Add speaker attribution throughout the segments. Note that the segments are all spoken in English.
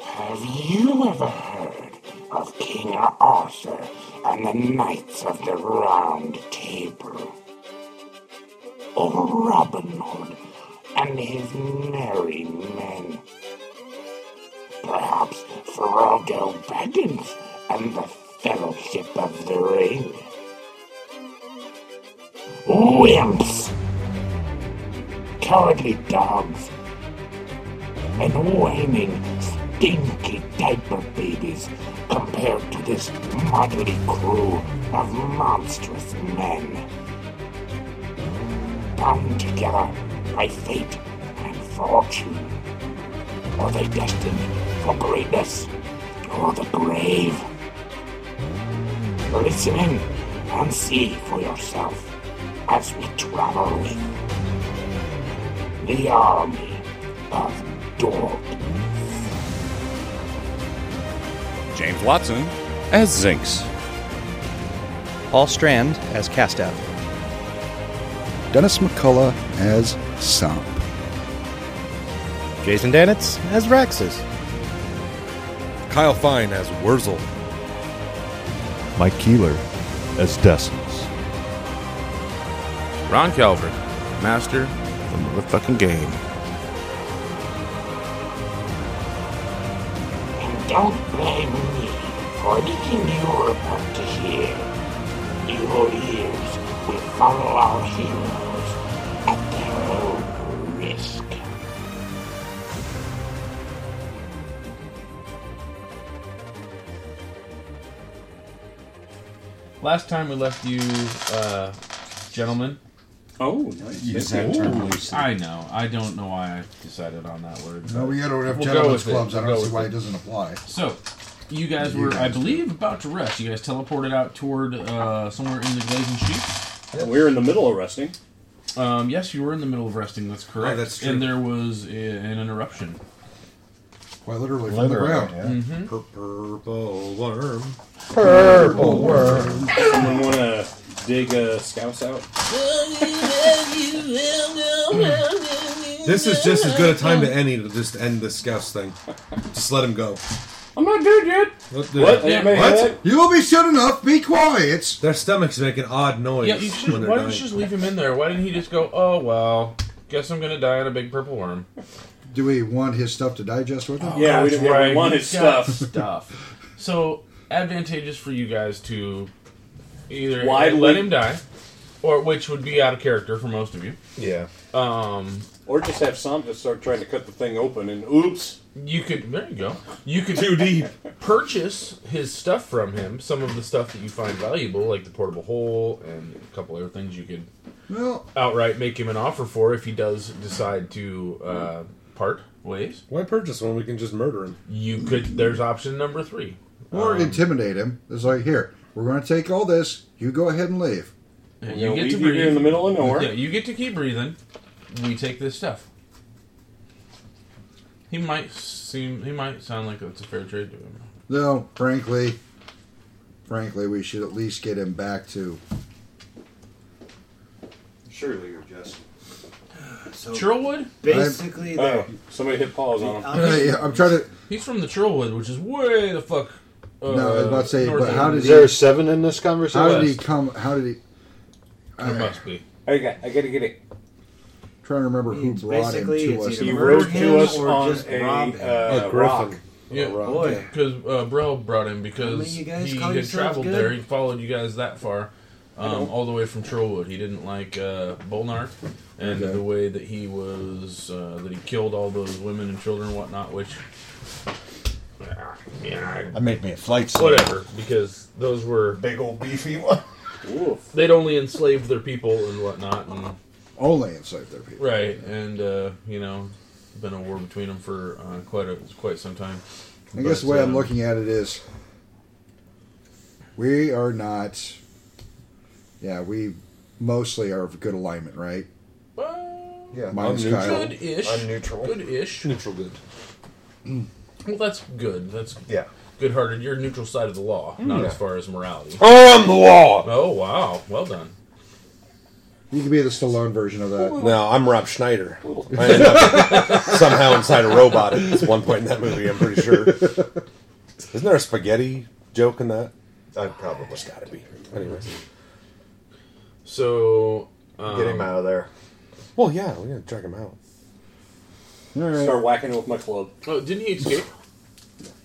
Speaker 1: Have you ever heard of King Arthur and the Knights of the Round Table? Or Robin Hood and his merry men? Perhaps Frodo Baggins and the Fellowship of the Ring? Wimps! Cowardly dogs! and whining, stinky diaper babies compared to this motley crew of monstrous men. Bound together by fate and fortune. Are they destined for greatness or the grave? Listen in and see for yourself as we travel with the army of dogs.
Speaker 2: James Watson as Zinx.
Speaker 3: Paul Strand as Castav.
Speaker 4: Dennis McCullough as Sop.
Speaker 5: Jason Danitz as Raxus.
Speaker 6: Kyle Fine as Wurzel.
Speaker 7: Mike Keeler as Destins.
Speaker 8: Ron Calvert, master of the motherfucking game.
Speaker 1: And don't blame me for anything you're about to hear. Your ears will follow our heroes at their own risk.
Speaker 9: Last time we left you, uh, gentlemen.
Speaker 10: Oh, nice.
Speaker 11: You just had turned
Speaker 9: I know. I don't know why I decided on that word.
Speaker 11: No,
Speaker 9: but
Speaker 11: we don't
Speaker 9: we'll
Speaker 11: have
Speaker 9: go
Speaker 11: gentlemen's
Speaker 9: with it.
Speaker 11: clubs. I
Speaker 9: We'll go
Speaker 11: don't see
Speaker 9: with
Speaker 11: why it doesn't apply.
Speaker 9: So, you guys
Speaker 11: You
Speaker 9: were, I
Speaker 11: guys.
Speaker 9: believe, about to rest. You guys teleported out toward uh, somewhere in the Glazing Sheep.
Speaker 10: Yeah, we were in the middle of resting. Oh,
Speaker 9: Um, yes, you were in the middle of resting. That's correct.
Speaker 10: that's true.
Speaker 9: And there was a, an interruption.
Speaker 11: Quite literally
Speaker 9: from the
Speaker 11: ground.
Speaker 9: Mhm.
Speaker 6: Purple worm.
Speaker 11: Purple worm.
Speaker 10: Someone want to dig a scouse out?
Speaker 6: This is just as good a time to any to just end the scouse thing. Just let him go.
Speaker 10: I'm not dead yet.
Speaker 6: What?
Speaker 10: What? Yeah, man.
Speaker 6: What?
Speaker 11: You will be soon enough. Be quiet.
Speaker 6: Their stomachs make an odd noise.
Speaker 9: Yeah, you should.
Speaker 6: when they're
Speaker 9: Why didn't
Speaker 6: dying.
Speaker 9: you just leave him in there? Why didn't he just go? Oh well, guess I'm gonna die in a big purple worm.
Speaker 11: Do we want his stuff to digest with him?
Speaker 10: Yeah, we-
Speaker 9: That's
Speaker 10: we want
Speaker 9: he's
Speaker 10: his
Speaker 9: got
Speaker 10: stuff.
Speaker 9: stuff. So advantageous for you guys to either
Speaker 10: Widely-
Speaker 9: let him die, or which would be out of character for most of you.
Speaker 6: Yeah.
Speaker 9: Um,
Speaker 10: Or just have some just start trying to cut the thing open and oops.
Speaker 9: you could there you go. You could
Speaker 6: Too deep.
Speaker 9: purchase his stuff from him. Some of the stuff that you find valuable, like the portable hole and a couple other things you could
Speaker 11: Well,
Speaker 9: outright make him an offer for if he does decide to uh, part ways.
Speaker 6: Why purchase one? We can just murder him.
Speaker 9: You could. There's option number three.
Speaker 11: or
Speaker 9: Um,
Speaker 11: intimidate him. It's like, here, we're going to take all this. You go ahead and leave.
Speaker 9: You
Speaker 10: We'll
Speaker 9: get to
Speaker 10: leave you
Speaker 9: breathe
Speaker 10: here in the middle of nowhere.
Speaker 9: Yeah, you get to keep breathing. We take this stuff. He might seem. He might sound like it's a fair trade to him.
Speaker 11: No, frankly, frankly, we should at least get him back to.
Speaker 12: Surely you're just.
Speaker 11: Oh.
Speaker 12: So
Speaker 9: Churlwood.
Speaker 12: Basically,
Speaker 10: Oh,
Speaker 12: the-
Speaker 10: somebody hit pause on him.
Speaker 11: Hey, I'm trying to.
Speaker 9: He's from the Churlwood, which is way the fuck. Uh,
Speaker 11: No, I was about to say, but how
Speaker 9: north
Speaker 11: did he?
Speaker 9: of-
Speaker 5: Is there a seven in this conversation?
Speaker 11: How did he come? How did he?
Speaker 9: There must be.
Speaker 10: I got, I got to get it.
Speaker 11: Trying to remember who
Speaker 12: It's
Speaker 11: brought him
Speaker 12: basically
Speaker 11: to
Speaker 12: it's
Speaker 11: us.
Speaker 12: either
Speaker 10: He
Speaker 12: murder
Speaker 10: rode
Speaker 12: him
Speaker 10: to us
Speaker 12: or
Speaker 10: on
Speaker 12: just
Speaker 10: a,
Speaker 12: rob him.
Speaker 10: uh,
Speaker 6: A
Speaker 10: rock.
Speaker 6: griffin.
Speaker 9: Yeah,
Speaker 6: Rock.
Speaker 12: Boy.
Speaker 9: because uh, Brel brought him
Speaker 12: I
Speaker 9: because
Speaker 12: mean, you guys
Speaker 9: he
Speaker 12: call
Speaker 9: had
Speaker 12: yourselves
Speaker 9: traveled
Speaker 12: good?
Speaker 9: there. He followed you guys that far, um, all the way from Trollwood. He didn't like uh, Bolnar and the way that he was uh, that he killed all those women and children and whatnot. Which, yeah,
Speaker 13: I made me a flight suit.
Speaker 9: whatever, because those were
Speaker 13: Big old beefy one.
Speaker 10: Oof.
Speaker 9: they'd only enslaved their people and whatnot, and
Speaker 11: Only enslaved their people.
Speaker 9: right, and uh, you know been a war between them for uh, quite a, quite some time.
Speaker 11: I guess the
Speaker 9: But,
Speaker 11: way I'm
Speaker 9: um,
Speaker 11: looking at it is, we are not. Yeah, we mostly are of good alignment, right?
Speaker 5: Yeah,
Speaker 11: Mine's
Speaker 5: I'm
Speaker 11: Kyle.
Speaker 5: neutral.
Speaker 9: Good-ish.
Speaker 5: I'm neutral.
Speaker 9: Good-ish.
Speaker 5: Neutral good.
Speaker 9: Well, that's good. That's yeah. Good-hearted. You're neutral side of the law,
Speaker 8: Mm.
Speaker 9: not
Speaker 5: Yeah.
Speaker 9: as far as morality.
Speaker 5: I am the law!
Speaker 9: Oh wow! Well done.
Speaker 11: You could be the Stallone version of that.
Speaker 8: No, I'm Rob Schneider. I ended up somehow inside a robot at this one point in that movie. I'm pretty sure. Isn't there a spaghetti joke in that?
Speaker 11: Uh,
Speaker 8: I probably has got to be. Anyways,
Speaker 9: So um,
Speaker 8: Get him out
Speaker 9: of there.
Speaker 8: well, yeah, we're gonna check him out.
Speaker 10: Start whacking it with my club.
Speaker 9: Oh, didn't he escape?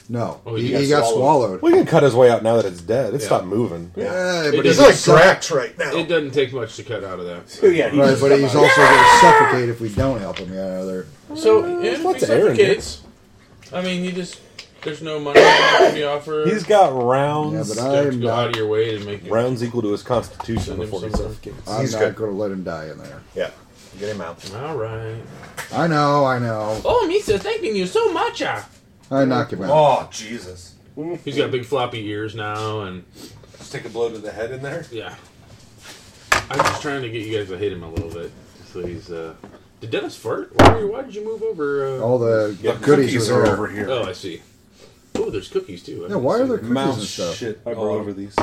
Speaker 11: No,
Speaker 8: Oh,
Speaker 11: he, he got swallowed.
Speaker 8: We can cut his way out now that it's dead. It
Speaker 9: Yeah.
Speaker 8: stopped moving.
Speaker 11: Yeah,
Speaker 9: It
Speaker 11: but
Speaker 9: doesn't-
Speaker 11: he's trapped right now.
Speaker 9: It doesn't take much to cut out of that.
Speaker 11: right, but he's also going to suffocate if we don't help him get out of there.
Speaker 9: So if he
Speaker 8: Uh, lots of air in
Speaker 9: suffocates, I mean, you just there's no money to be offered.
Speaker 8: He's got rounds.
Speaker 11: Yeah, but
Speaker 9: You have to
Speaker 11: I'm
Speaker 9: go
Speaker 11: not-
Speaker 9: out of your way to make
Speaker 8: rounds equal to his constitution before he suffocates.
Speaker 11: I'm not going to let him die in there.
Speaker 8: Yeah, get him out.
Speaker 9: All right.
Speaker 11: I know, I know.
Speaker 9: Oh, Misa, thanking you so much. ah.
Speaker 11: I knock him out.
Speaker 8: Jesus!
Speaker 9: He's got big floppy ears now, and
Speaker 8: Just take a blow to the head in there.
Speaker 9: yeah. I'm just trying to get you guys to hate him a little bit. So he's. uh Did Dennis fart? Why, why did you move over? Uh...
Speaker 11: All the Yeah, goodies cookies are are there. over here.
Speaker 9: Oh, I see. Oh, there's cookies too. I
Speaker 11: Yeah, why
Speaker 9: didn't see
Speaker 11: are there
Speaker 9: that.
Speaker 11: cookies Mouse and stuff? shit
Speaker 10: I
Speaker 8: all over these.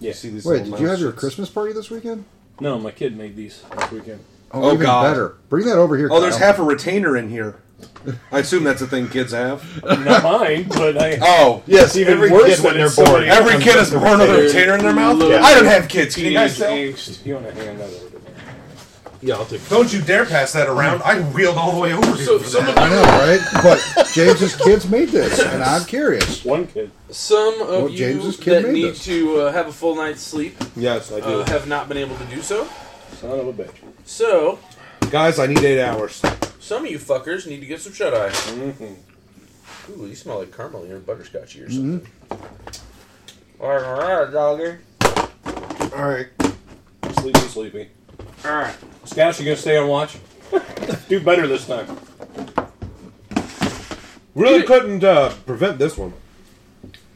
Speaker 10: Yeah.
Speaker 8: See these
Speaker 11: Wait,
Speaker 8: little
Speaker 11: did you have
Speaker 8: mouse
Speaker 11: your
Speaker 8: shits?
Speaker 11: Christmas party this weekend?
Speaker 10: No, my kid made these this weekend.
Speaker 11: Oh, even better. Bring that over here.
Speaker 8: Oh, there's
Speaker 11: Kyle.
Speaker 8: half a retainer in here. I assume that's a thing kids have.
Speaker 10: Not mine, but I.
Speaker 8: Oh, yes, even
Speaker 10: Every
Speaker 8: worse
Speaker 10: kid
Speaker 8: when
Speaker 10: when
Speaker 8: they're
Speaker 10: it's
Speaker 8: born.
Speaker 10: somebody
Speaker 8: Every
Speaker 10: comes
Speaker 8: kid
Speaker 10: up
Speaker 8: is
Speaker 10: with
Speaker 8: born with a
Speaker 10: their-
Speaker 8: retainer in their mouth?
Speaker 10: Yeah.
Speaker 8: I don't have kids. Can you guys
Speaker 10: Teenage
Speaker 8: tell?
Speaker 10: angst. You want to hand that over to me?
Speaker 9: Yeah, I'll take.
Speaker 8: Don't you dare pass that around. I wheeled all the way over here. for that.
Speaker 11: I know, right? But James's kids made this, and I'm curious.
Speaker 10: One kid.
Speaker 9: Some of
Speaker 11: Well,
Speaker 9: you
Speaker 11: James's
Speaker 9: that
Speaker 11: kid made
Speaker 9: need
Speaker 11: this.
Speaker 9: to uh, have a full night's sleep
Speaker 8: Yes, I do.
Speaker 9: uh, have not been able to do so.
Speaker 10: Son of a bitch.
Speaker 9: So,
Speaker 8: Guys, I need eight hours.
Speaker 9: some of you fuckers need to get some shut eye.
Speaker 10: Mm-hmm.
Speaker 9: Ooh, you smell like caramel or butterscotch or something. All right, dogger.
Speaker 10: All right. Sleepy, sleepy. All right. Scouts, you gonna stay on watch? Do better this time.
Speaker 8: Really couldn't uh, prevent this one.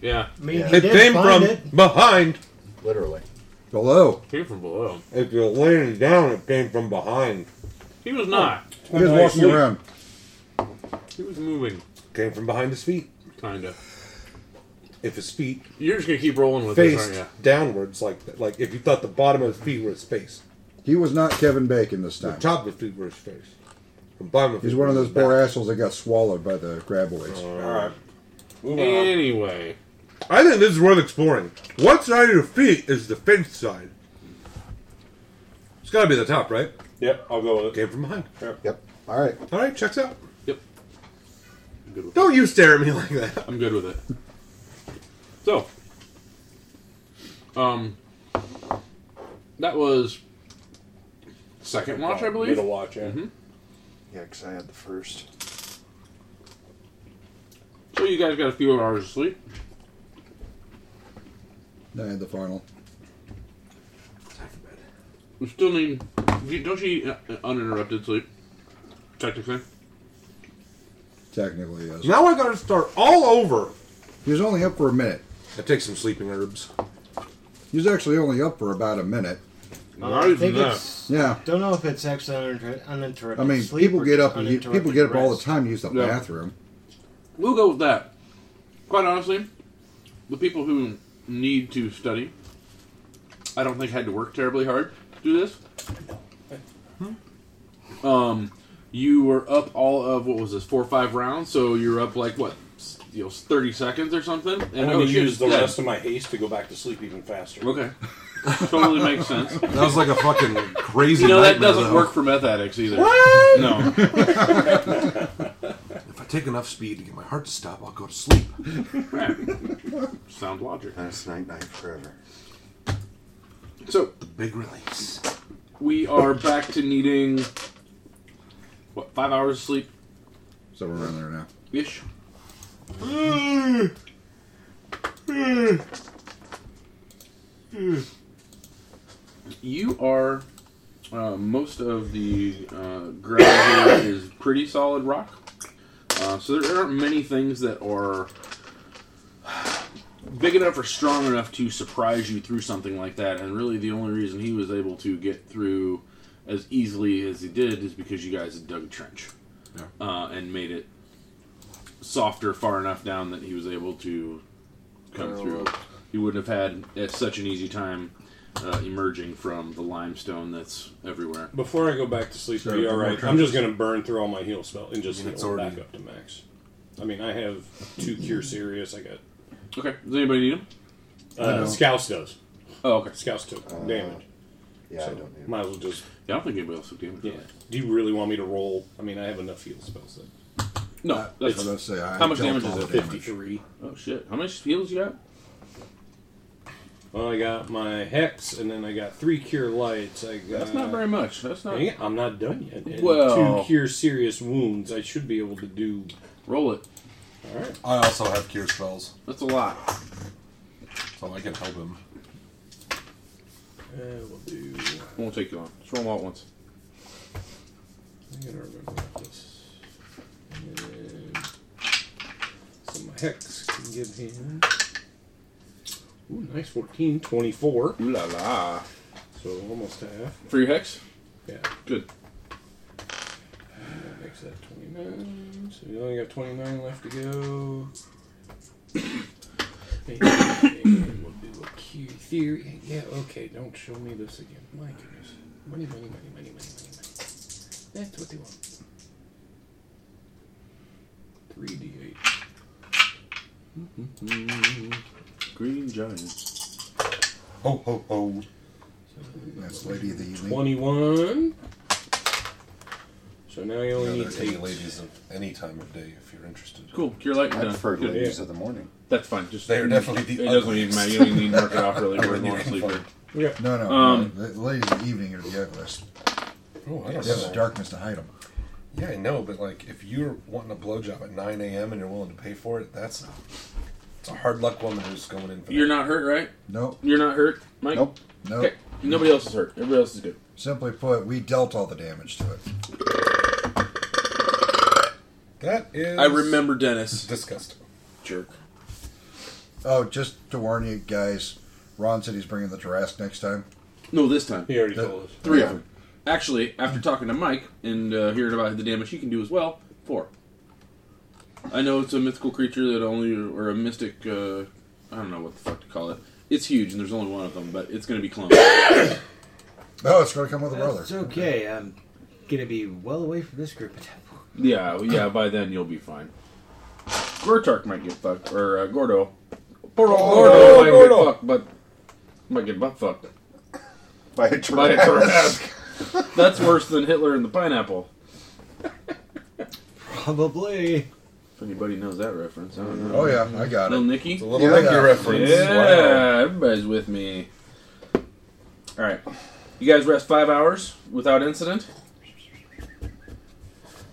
Speaker 9: Yeah.
Speaker 14: mean,
Speaker 8: It came from behind.
Speaker 9: Literally.
Speaker 11: Below.
Speaker 9: Came from below.
Speaker 8: If you're laying down, it came from behind.
Speaker 9: He was not.
Speaker 11: He was walking around.
Speaker 9: He was moving,
Speaker 8: Came from behind his feet.
Speaker 9: kinda.
Speaker 8: If his feet
Speaker 9: You're just gonna keep rolling with
Speaker 8: faced
Speaker 9: this, aren't
Speaker 8: downwards, like like if you thought the bottom of his feet were his face,
Speaker 11: He was not Kevin Bacon this
Speaker 8: the
Speaker 11: time.
Speaker 8: top of his feet were his face. The bottom of his
Speaker 11: He's
Speaker 8: feet
Speaker 11: one of
Speaker 8: were
Speaker 11: those
Speaker 8: his back. Uh,
Speaker 11: poor assholes that got swallowed by the graboids.
Speaker 8: Alright.
Speaker 9: you? Anyway,
Speaker 8: I think this is worth exploring. What side of your feet is the fence side? It's got to be the top, right?
Speaker 10: Yep, I'll go with it.
Speaker 8: Came from behind.
Speaker 11: Yep. All right.
Speaker 8: All right, checks out.
Speaker 9: Yep.
Speaker 8: Don't you stare at me like that.
Speaker 9: I'm good with it. So, um, that was second watch, I believe. Mm-hmm.
Speaker 10: Middle watch, yeah.
Speaker 12: Yeah, because I had the first.
Speaker 9: So you guys got a few hours of sleep.
Speaker 11: I had the final.
Speaker 9: We still need. you- Don't you eat uh, uninterrupted sleep? Technically.
Speaker 11: Technically, yes.
Speaker 8: Now I got to start all over.
Speaker 11: He was only up for a minute.
Speaker 8: I take some sleeping herbs.
Speaker 11: He was actually only up for about a minute.
Speaker 14: I think it's.
Speaker 11: Yeah.
Speaker 14: Don't know if it's actually uninter- uninterrupted.
Speaker 11: I mean,
Speaker 14: sleep
Speaker 11: people
Speaker 14: or
Speaker 11: get
Speaker 14: just
Speaker 11: up and u- people
Speaker 14: uninterrupted
Speaker 11: get up all the
Speaker 14: rest.
Speaker 11: time to use the
Speaker 9: Yeah.
Speaker 11: bathroom.
Speaker 9: We'll go with that. Quite honestly, the people who need to study, I don't think had to work terribly hard to do this. Um, you were up all of what was this four or five rounds, so you're up like what, s- you know, thirty seconds or something.
Speaker 10: I'm going
Speaker 9: oh
Speaker 10: to
Speaker 9: shit,
Speaker 10: use
Speaker 9: it's
Speaker 10: the
Speaker 9: dead.
Speaker 10: rest of my haste to go back to sleep even faster.
Speaker 9: Okay, totally makes sense. That
Speaker 8: was like a fucking crazy.
Speaker 9: You know that
Speaker 8: nightmare,
Speaker 9: doesn't
Speaker 8: though.
Speaker 9: work for meth addicts either.
Speaker 8: What?
Speaker 9: No.
Speaker 8: If I take enough speed to get my heart to stop, I'll go to sleep.
Speaker 9: Sound logic.
Speaker 12: That's night night forever.
Speaker 9: So
Speaker 8: the big release.
Speaker 9: We are back to needing what five hours of sleep
Speaker 11: So we're in there now.
Speaker 9: ish. You are Uh, most of the uh, ground here is pretty solid rock. Uh, so there aren't many things that are big enough or strong enough to surprise you through something like that. And really, the only reason he was able to get through as easily as he did is because you guys had dug a trench uh, and made it softer far enough down that he was able to come
Speaker 11: Oh.
Speaker 9: through. He wouldn't have had at such an easy time uh, emerging from the limestone that's everywhere.
Speaker 11: Before I go back to sleep,
Speaker 9: Sure,
Speaker 11: be all
Speaker 9: one more
Speaker 11: right. I'm
Speaker 9: trench.
Speaker 11: just going to burn through all my heal spell and just
Speaker 9: I mean, it's
Speaker 11: heal
Speaker 9: already-
Speaker 11: back up to max. I mean, I have two cure serious. I got.
Speaker 9: Okay. Does anybody need them?
Speaker 11: Uh,
Speaker 9: I don't.
Speaker 11: Scouse does.
Speaker 9: Oh, okay.
Speaker 11: Scouse took damage.
Speaker 9: yeah, I
Speaker 11: don't need. Might as well just.
Speaker 9: Yeah, I don't think anybody else took damage.
Speaker 11: Yeah. Do you really want me to roll? I mean, I have enough heal spells. That...
Speaker 9: No, that's-
Speaker 11: it's-
Speaker 9: I was gonna say, I How much don't damage is roll it? damage.
Speaker 11: Fifty-three.
Speaker 9: Oh shit! How much heals you got?
Speaker 11: Well, I got my hex, and then I got three cure lights. I got
Speaker 9: That's not very much. That's not-
Speaker 11: Hang on, I'm not done yet. And
Speaker 9: Well-
Speaker 11: two cure serious wounds. I should be able to do.
Speaker 9: Roll it.
Speaker 11: All right.
Speaker 5: I also have cure spells,
Speaker 9: That's a lot.
Speaker 5: so I can help him.
Speaker 11: Uh, we'll do.
Speaker 9: Won't take you long. Just roll them all at once.
Speaker 11: I gotta remember about this. And then, so my hex can give him. Ooh, nice 14, 24.
Speaker 9: Ooh la la.
Speaker 11: So almost half.
Speaker 9: For your hex?
Speaker 11: Yeah.
Speaker 9: Good.
Speaker 11: That makes that 29. So you only got 29 left to go. and we'll do a Q theory. Yeah, okay, don't show me this again. My goodness. Money, money, money, money, money, money, money. That's what they want. 3d8.
Speaker 9: Green giant.
Speaker 5: Ho ho ho!
Speaker 15: That's Lady of the Elite.
Speaker 11: 21. So now you
Speaker 5: Are
Speaker 11: only
Speaker 5: there
Speaker 11: need
Speaker 5: any
Speaker 11: eight.
Speaker 5: ladies of any time of day if you're interested?
Speaker 9: Cool. Cure light.
Speaker 5: I
Speaker 9: done.
Speaker 5: prefer
Speaker 9: Good.
Speaker 5: ladies of the morning.
Speaker 9: That's fine. Just
Speaker 5: They are definitely
Speaker 9: It
Speaker 5: the
Speaker 9: doesn't even matter. You don't even need to mark it off really. We're
Speaker 5: Everything
Speaker 9: more
Speaker 5: you can
Speaker 9: sleeper.
Speaker 5: find.
Speaker 15: No, no.
Speaker 9: Um,
Speaker 15: no. The the ladies of the evening are the ugliest.
Speaker 5: Oh, I
Speaker 15: They
Speaker 5: don't
Speaker 15: have the
Speaker 5: know.
Speaker 15: darkness to hide them.
Speaker 5: Yeah, I know, but like if you're wanting a blowjob at 9 a.m. and you're willing to pay for it, that's it's a hard luck woman who's going in. For
Speaker 9: You're not hurt, right?
Speaker 15: Nope.
Speaker 9: You're not hurt, Mike.
Speaker 15: Nope. Nope.
Speaker 9: Okay. Nobody else is hurt. Everybody else is good.
Speaker 15: Simply put, we dealt all the damage to it.
Speaker 5: That is.
Speaker 9: I remember Dennis.
Speaker 5: Disgusting.
Speaker 9: Jerk.
Speaker 15: Oh, just to warn you guys, Ron said he's bringing the Jurassic next time.
Speaker 9: No, this time.
Speaker 11: He already
Speaker 15: The-
Speaker 11: told us.
Speaker 9: Three
Speaker 15: Yeah.
Speaker 9: of them. Actually, after talking to Mike and uh, hearing about the damage he can do as well, four. I know it's a mythical creature that only, or a mystic, uh, I don't know what the fuck to call it. It's huge, and there's only one of them, but it's going to be cloned.
Speaker 15: Oh, it's going to come with a brother.
Speaker 16: It's okay. I'm gonna be well away from this group at that point.
Speaker 9: yeah, well, yeah. By then you'll be fine. Gortark might get fucked, or uh, Gordo. Gordo,
Speaker 5: Oh,
Speaker 9: Gordo,
Speaker 5: Gordo.
Speaker 9: might get fucked, but might get butt fucked
Speaker 5: By a
Speaker 9: Tarrasque. That's worse than Hitler and the pineapple.
Speaker 16: Probably.
Speaker 9: If anybody knows that reference, I don't know.
Speaker 15: Oh, yeah, I got it.
Speaker 9: Little Nicky.
Speaker 15: It's a little Yeah, I Nicky got it. reference.
Speaker 9: Yeah,
Speaker 15: Wow.
Speaker 9: everybody's with me. All right, you guys rest five hours without incident.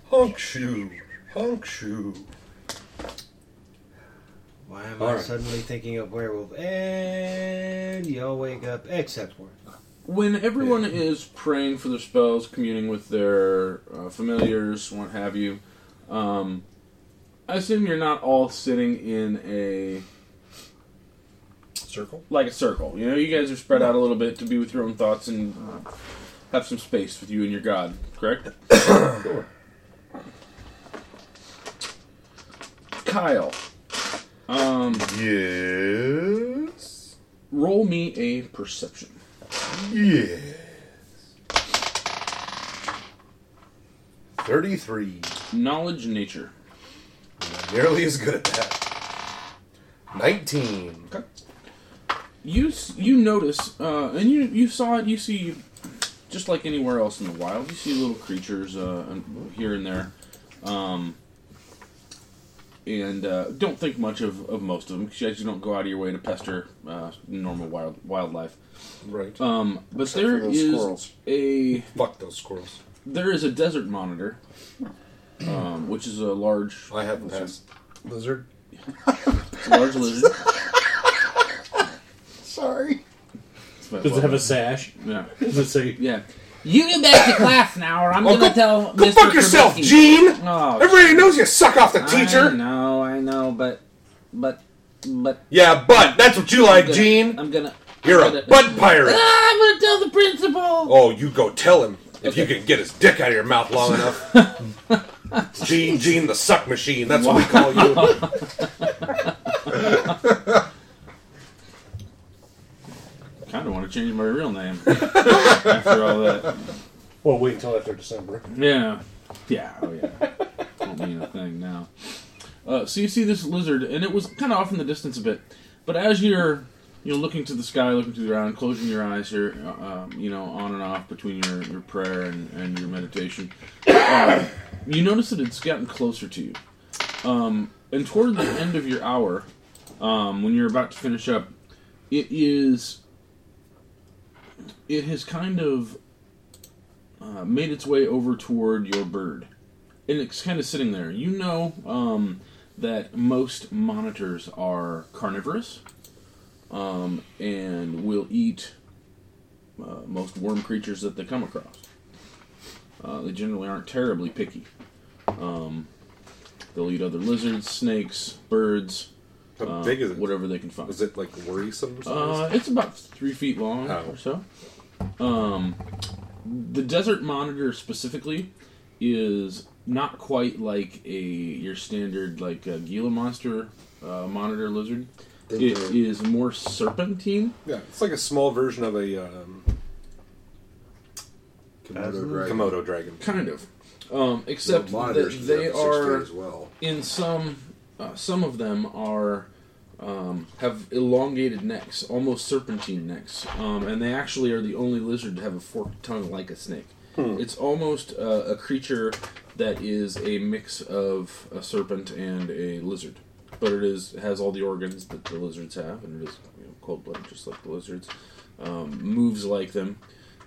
Speaker 5: Honk shoe. Honk shoe.
Speaker 16: Why am I
Speaker 9: Alright.
Speaker 16: suddenly thinking of werewolf? And y'all wake up, except for
Speaker 9: When everyone is praying for their spells, communing with their uh, familiars, what have you, um, I assume you're not all sitting in a
Speaker 5: circle,
Speaker 9: like a circle. You know, you guys are spread out a little bit to be with your own thoughts and uh, have some space with you and your god. Correct? sure. Kyle. Um.
Speaker 5: Yes.
Speaker 9: Roll me a perception.
Speaker 5: Yeah. 33.
Speaker 9: Knowledge nature.
Speaker 5: Nearly as good at that. 19.
Speaker 9: You s- you notice, uh, and you you saw it. You see, just like anywhere else in the wild, you see little creatures uh, and- here and there, um, and uh, don't think much of, of most of them because you actually don't go out of your way to pester uh, normal wild wildlife.
Speaker 5: Right.
Speaker 9: Um, but
Speaker 5: Except
Speaker 9: there
Speaker 5: for those
Speaker 9: is
Speaker 5: squirrels.
Speaker 9: a
Speaker 5: fuck those squirrels.
Speaker 9: There is a desert monitor, um, which is a large. I
Speaker 5: have passed. Lizard.
Speaker 9: It's a large lizard.
Speaker 5: Sorry.
Speaker 9: It's my
Speaker 11: Does it have
Speaker 9: weapon.
Speaker 11: a sash?
Speaker 9: Yeah.
Speaker 11: Does it say?
Speaker 9: Yeah.
Speaker 17: You get back to class now, or I'm
Speaker 18: Oh,
Speaker 17: gonna
Speaker 18: go-
Speaker 17: tell
Speaker 18: go
Speaker 17: Mr.
Speaker 18: fuck yourself,
Speaker 17: Trubisky.
Speaker 18: Gene!
Speaker 17: Oh,
Speaker 18: Everybody knows you suck off the
Speaker 17: I
Speaker 18: teacher.
Speaker 17: know, I know, but, but, but.
Speaker 18: Yeah, but that's what you like, Gene.
Speaker 17: I'm gonna.
Speaker 18: You're
Speaker 17: I'm
Speaker 18: a butt pirate.
Speaker 17: Ah, I'm gonna tell the principal.
Speaker 18: Oh, you go tell him if you can get his dick out of your mouth long enough. Gene, Gene, the suck machine. That's what we call you.
Speaker 9: kind of want to change my real name after all that.
Speaker 11: Well, wait until after December.
Speaker 9: Yeah. Yeah. Oh, yeah. Won't mean a thing now. Uh, so you see this lizard, and it was kind of off in the distance a bit. But as you're, you know, looking to the sky, looking to the ground, closing your eyes here, uh, um, you know, on and off between your, your prayer and, and your meditation, um, you notice that it's gotten closer to you. Um, and toward the end of your hour, um, when you're about to finish up, it is. It has kind of uh, made its way over toward your bird. And it's kind of sitting there. You know um, that most monitors are carnivorous um, and will eat uh, most worm creatures that they come across. Uh, they generally aren't terribly picky. Um, they'll eat other lizards, snakes, birds.
Speaker 11: How
Speaker 17: Oh.
Speaker 9: uh,
Speaker 11: big is it?
Speaker 9: Whatever they can find.
Speaker 11: Is it like worrisome? or
Speaker 9: Uh,
Speaker 11: something?
Speaker 9: it's about three feet long or so. Um, the desert monitor specifically is not quite like a your standard like a Gila monster uh, monitor lizard. It
Speaker 11: They
Speaker 9: is
Speaker 11: do.
Speaker 9: more serpentine.
Speaker 11: yeah, it's like a small version of a um,
Speaker 9: Komodo
Speaker 11: dragon. Komodo dragon.
Speaker 9: Kind of. Um, except
Speaker 11: Well,
Speaker 9: that
Speaker 11: monitors
Speaker 9: they
Speaker 11: deserve a six
Speaker 9: are
Speaker 11: day as well.
Speaker 9: in some uh, some of them are um, have elongated necks, almost serpentine necks, um, and they actually are the only lizard to have a forked tongue like a snake.
Speaker 11: Hmm.
Speaker 9: It's almost uh, a creature that is a mix of a serpent and a lizard, but it is has all the organs that the lizards have, and it is you know, cold blooded just like the lizards. Um, moves like them,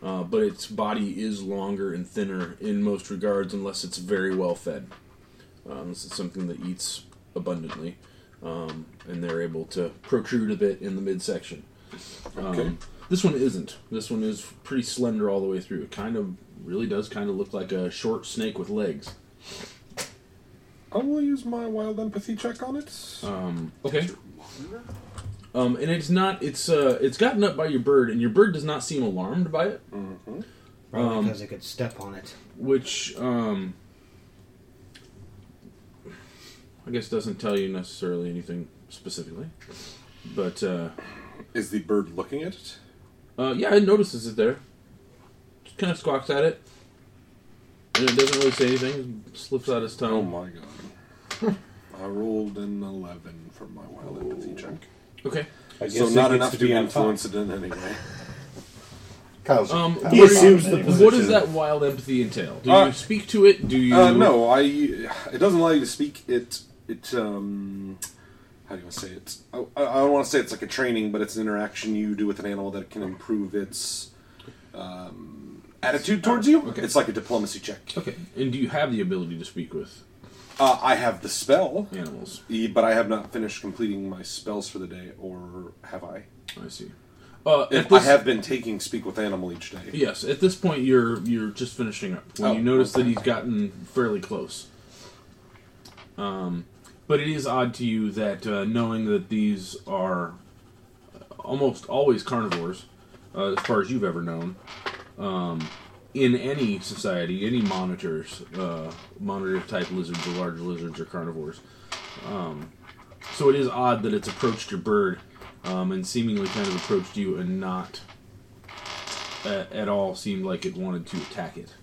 Speaker 9: uh, but its body is longer and thinner in most regards, unless it's very well fed. Um, this is something that eats abundantly, um, and they're able to protrude a bit in the midsection. Um,
Speaker 11: Okay.
Speaker 9: This one isn't. This one is pretty slender all the way through. It kind of really does kind of look like a short snake with legs.
Speaker 11: I will use my wild empathy check on it.
Speaker 9: Um, okay. Um, and it's not. It's uh, it's gotten up by your bird, and your bird does not seem alarmed by it. Mm-hmm.
Speaker 16: Probably
Speaker 11: um,
Speaker 16: because I could step on it.
Speaker 9: which um, I guess doesn't tell you necessarily anything specifically, but uh,
Speaker 11: is the bird looking at it?
Speaker 9: Uh, yeah, it notices it there. Just kind of squawks at it, and it doesn't really say anything. It slips out its tongue. Oh
Speaker 11: my god! I rolled an eleven for my wild empathy check.
Speaker 9: Okay. I
Speaker 11: So
Speaker 9: guess
Speaker 11: not
Speaker 9: it
Speaker 11: enough to,
Speaker 9: gets to be on
Speaker 11: influence it in any way.
Speaker 9: Um,
Speaker 11: He
Speaker 9: what, do you-
Speaker 11: assumes the
Speaker 9: what does
Speaker 11: position.
Speaker 9: that wild empathy entail? Do
Speaker 11: Uh,
Speaker 9: you speak to it? Do you?
Speaker 11: Uh, no, I. It doesn't allow you to speak. It. It. Um, how do you want to say it? I, I don't want to say it's like a training, but it's an interaction you do with an animal that can improve its um, attitude towards you.
Speaker 9: Okay.
Speaker 11: It's like a diplomacy check.
Speaker 9: Okay. And do you have the ability to speak with?
Speaker 11: Uh, I have the spell
Speaker 9: animals,
Speaker 11: E, but I have not finished completing my spells for the day, or have I?
Speaker 9: I see. Uh,
Speaker 11: If
Speaker 9: at this-
Speaker 11: I have been taking speak with animal each day.
Speaker 9: Yes, at this point you're you're just finishing up when
Speaker 11: Oh,
Speaker 9: you notice that
Speaker 11: okay.
Speaker 9: he's gotten fairly close. Um, but it is odd to you that uh, knowing that these are uh, almost always carnivores, uh, as far as you've ever known, um, in any society, any monitors, uh, monitor type lizards or large lizards or carnivores. Um, so it is odd that it's approached your bird um, and seemingly kind of approached you and not at, at all seemed like it wanted to attack it.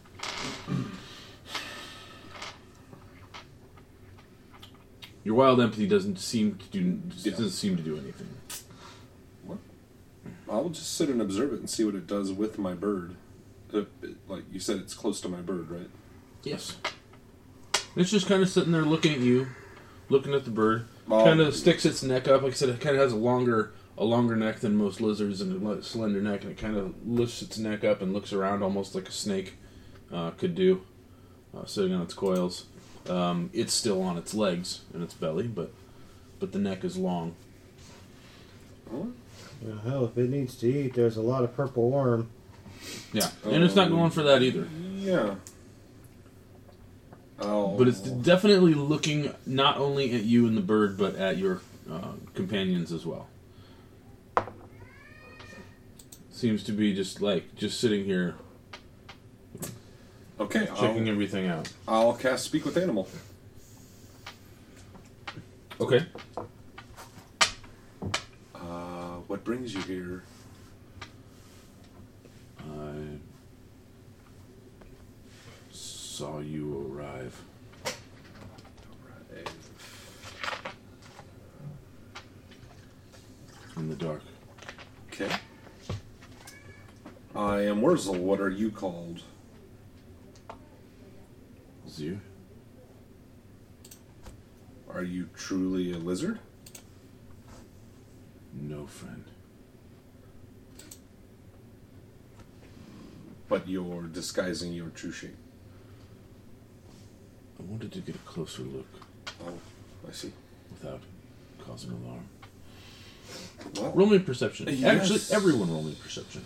Speaker 9: Your wild empathy doesn't seem to do doesn't seem to do anything.
Speaker 11: I'll just sit and observe it and see what it does with my bird. If it- like you said, it's close to my bird, right?
Speaker 9: Yes. It's just kind of sitting there looking at you, looking at the bird.
Speaker 11: Oh.
Speaker 9: Kind of sticks its neck up. Like I said, it kind of has a longer a longer neck than most lizards and a li- slender neck, and it kind of lifts its neck up and looks around almost like a snake uh, could do, uh, sitting on its coils. Um, it's still on its legs and its belly, but but the neck is long.
Speaker 16: Well, hell, if it needs to eat, there's a lot of purple worm.
Speaker 9: Yeah, and it's not going for that either.
Speaker 5: Yeah. Oh.
Speaker 9: But it's definitely looking not only at you and the bird, but at your uh, companions as well. Seems to be just like just sitting here.
Speaker 5: Okay,
Speaker 9: checking
Speaker 5: I'll-
Speaker 9: everything out.
Speaker 5: I'll cast Speak with Animal.
Speaker 9: Okay.
Speaker 5: Uh, what brings you here?
Speaker 9: I saw you arrive. In the dark.
Speaker 5: Okay. I am Wurzel. What are you called?
Speaker 9: Zir.
Speaker 5: Are you truly a lizard?
Speaker 9: No, friend.
Speaker 5: But you're disguising your true shape.
Speaker 9: I wanted to get a closer look.
Speaker 5: Oh, I see.
Speaker 9: Without causing alarm.
Speaker 5: Well,
Speaker 9: roll me a perception.
Speaker 5: yes.
Speaker 9: Actually, everyone roll me a perception.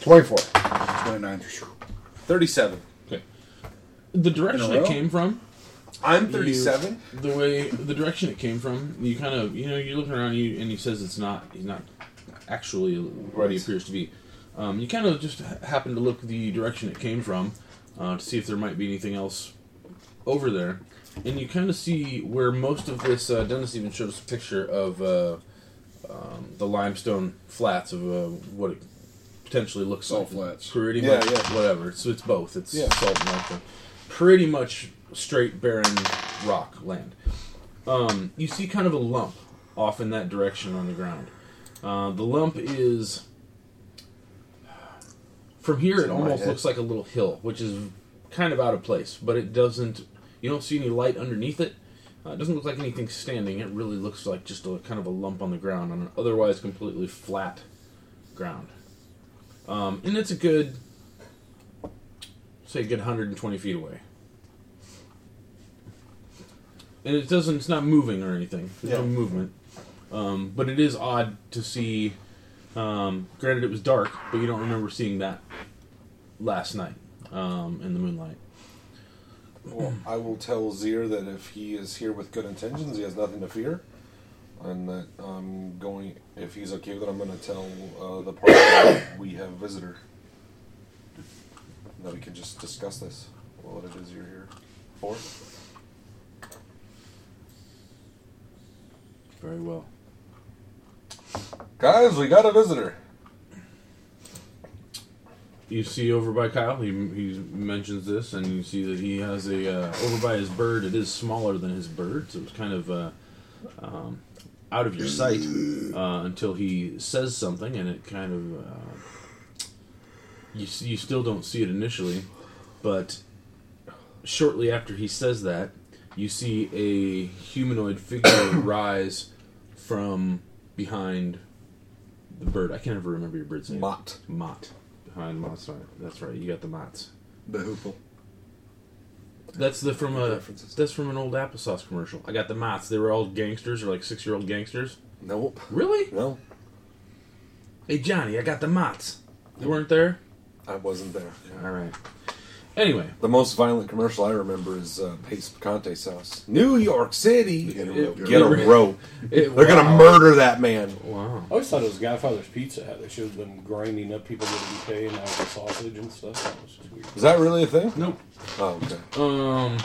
Speaker 5: 24. 29. 37.
Speaker 9: Okay. The direction
Speaker 5: In a
Speaker 9: it
Speaker 5: row?
Speaker 9: came from.
Speaker 5: I'm
Speaker 9: you-
Speaker 5: 37.
Speaker 9: the way the direction it came from, you kind of you know you're looking around you and he says it's not he's not actually what he appears to be. Um, you kind of just ha- happen to look the direction it came from uh, to see if there might be anything else over there, and you kind of see where most of this. Uh, Dennis even showed us a picture of uh, um, the limestone flats of uh, what it potentially looks
Speaker 5: Salt
Speaker 9: like. flats. Pretty
Speaker 5: Yeah,
Speaker 9: much
Speaker 5: yeah.
Speaker 9: whatever. So it's both. It's
Speaker 5: Yeah.
Speaker 9: salt and limestone. Pretty much straight barren rock land. Um, you see kind of a lump off in that direction on the ground. Uh, the lump is from here.
Speaker 5: It's in
Speaker 9: it
Speaker 5: my
Speaker 9: almost
Speaker 5: head.
Speaker 9: looks like a little hill, which is kind of out of place. But it doesn't. You don't see any light underneath it. Uh, it doesn't look like anything standing. It really looks like just a kind of a lump on the ground on an otherwise completely flat ground. Um, and it's a good, say, a good 120 feet away. And it doesn't. It's not moving or anything. There's no
Speaker 5: Yeah.
Speaker 9: movement. Um, but it is odd to see. Um, granted, it was dark, but you don't remember seeing that last night um, in the moonlight.
Speaker 5: Well, I will tell Zir that if he is here with good intentions, he has nothing to fear, and that I'm going. If he's okay with it, I'm going to tell uh, the party that we have a visitor. That we can just discuss this. What it is you're here for?
Speaker 9: Very well.
Speaker 5: Guys, we got a visitor.
Speaker 9: You see over by Kyle, he, he mentions this, and you see that he has a, uh, over by his bird, it is smaller than his bird, so it's kind of uh, um, out of your sight uh, until he says something, and it kind of, uh, you, s- you still don't see it initially, but shortly after he says that, you see a humanoid figure rise from behind the bird. I can't ever remember your bird's name. Mott. Mott. Behind Mott's. right. That's right. You got the Mott's.
Speaker 11: The hoople.
Speaker 9: That's the from a that's from an old applesauce commercial. I got the Mott's. They were all gangsters or like six year old gangsters.
Speaker 5: Nope.
Speaker 9: Really?
Speaker 5: No.
Speaker 9: Hey Johnny, I got the Mott's. You weren't there.
Speaker 5: I wasn't there.
Speaker 9: All right. Anyway,
Speaker 5: the most violent commercial I remember is uh, Pace Picante sauce. New York City. Get a
Speaker 9: rope.
Speaker 5: Get a rope.
Speaker 9: It-
Speaker 5: They're gonna
Speaker 9: wow.
Speaker 5: murder that man.
Speaker 9: Wow.
Speaker 10: I always thought it was Godfather's Pizza Hut. They showed them grinding up people that didn't pay and all the sausage and stuff. That was just weird.
Speaker 5: Is that really a thing?
Speaker 9: Nope.
Speaker 5: Oh, okay.
Speaker 9: Um,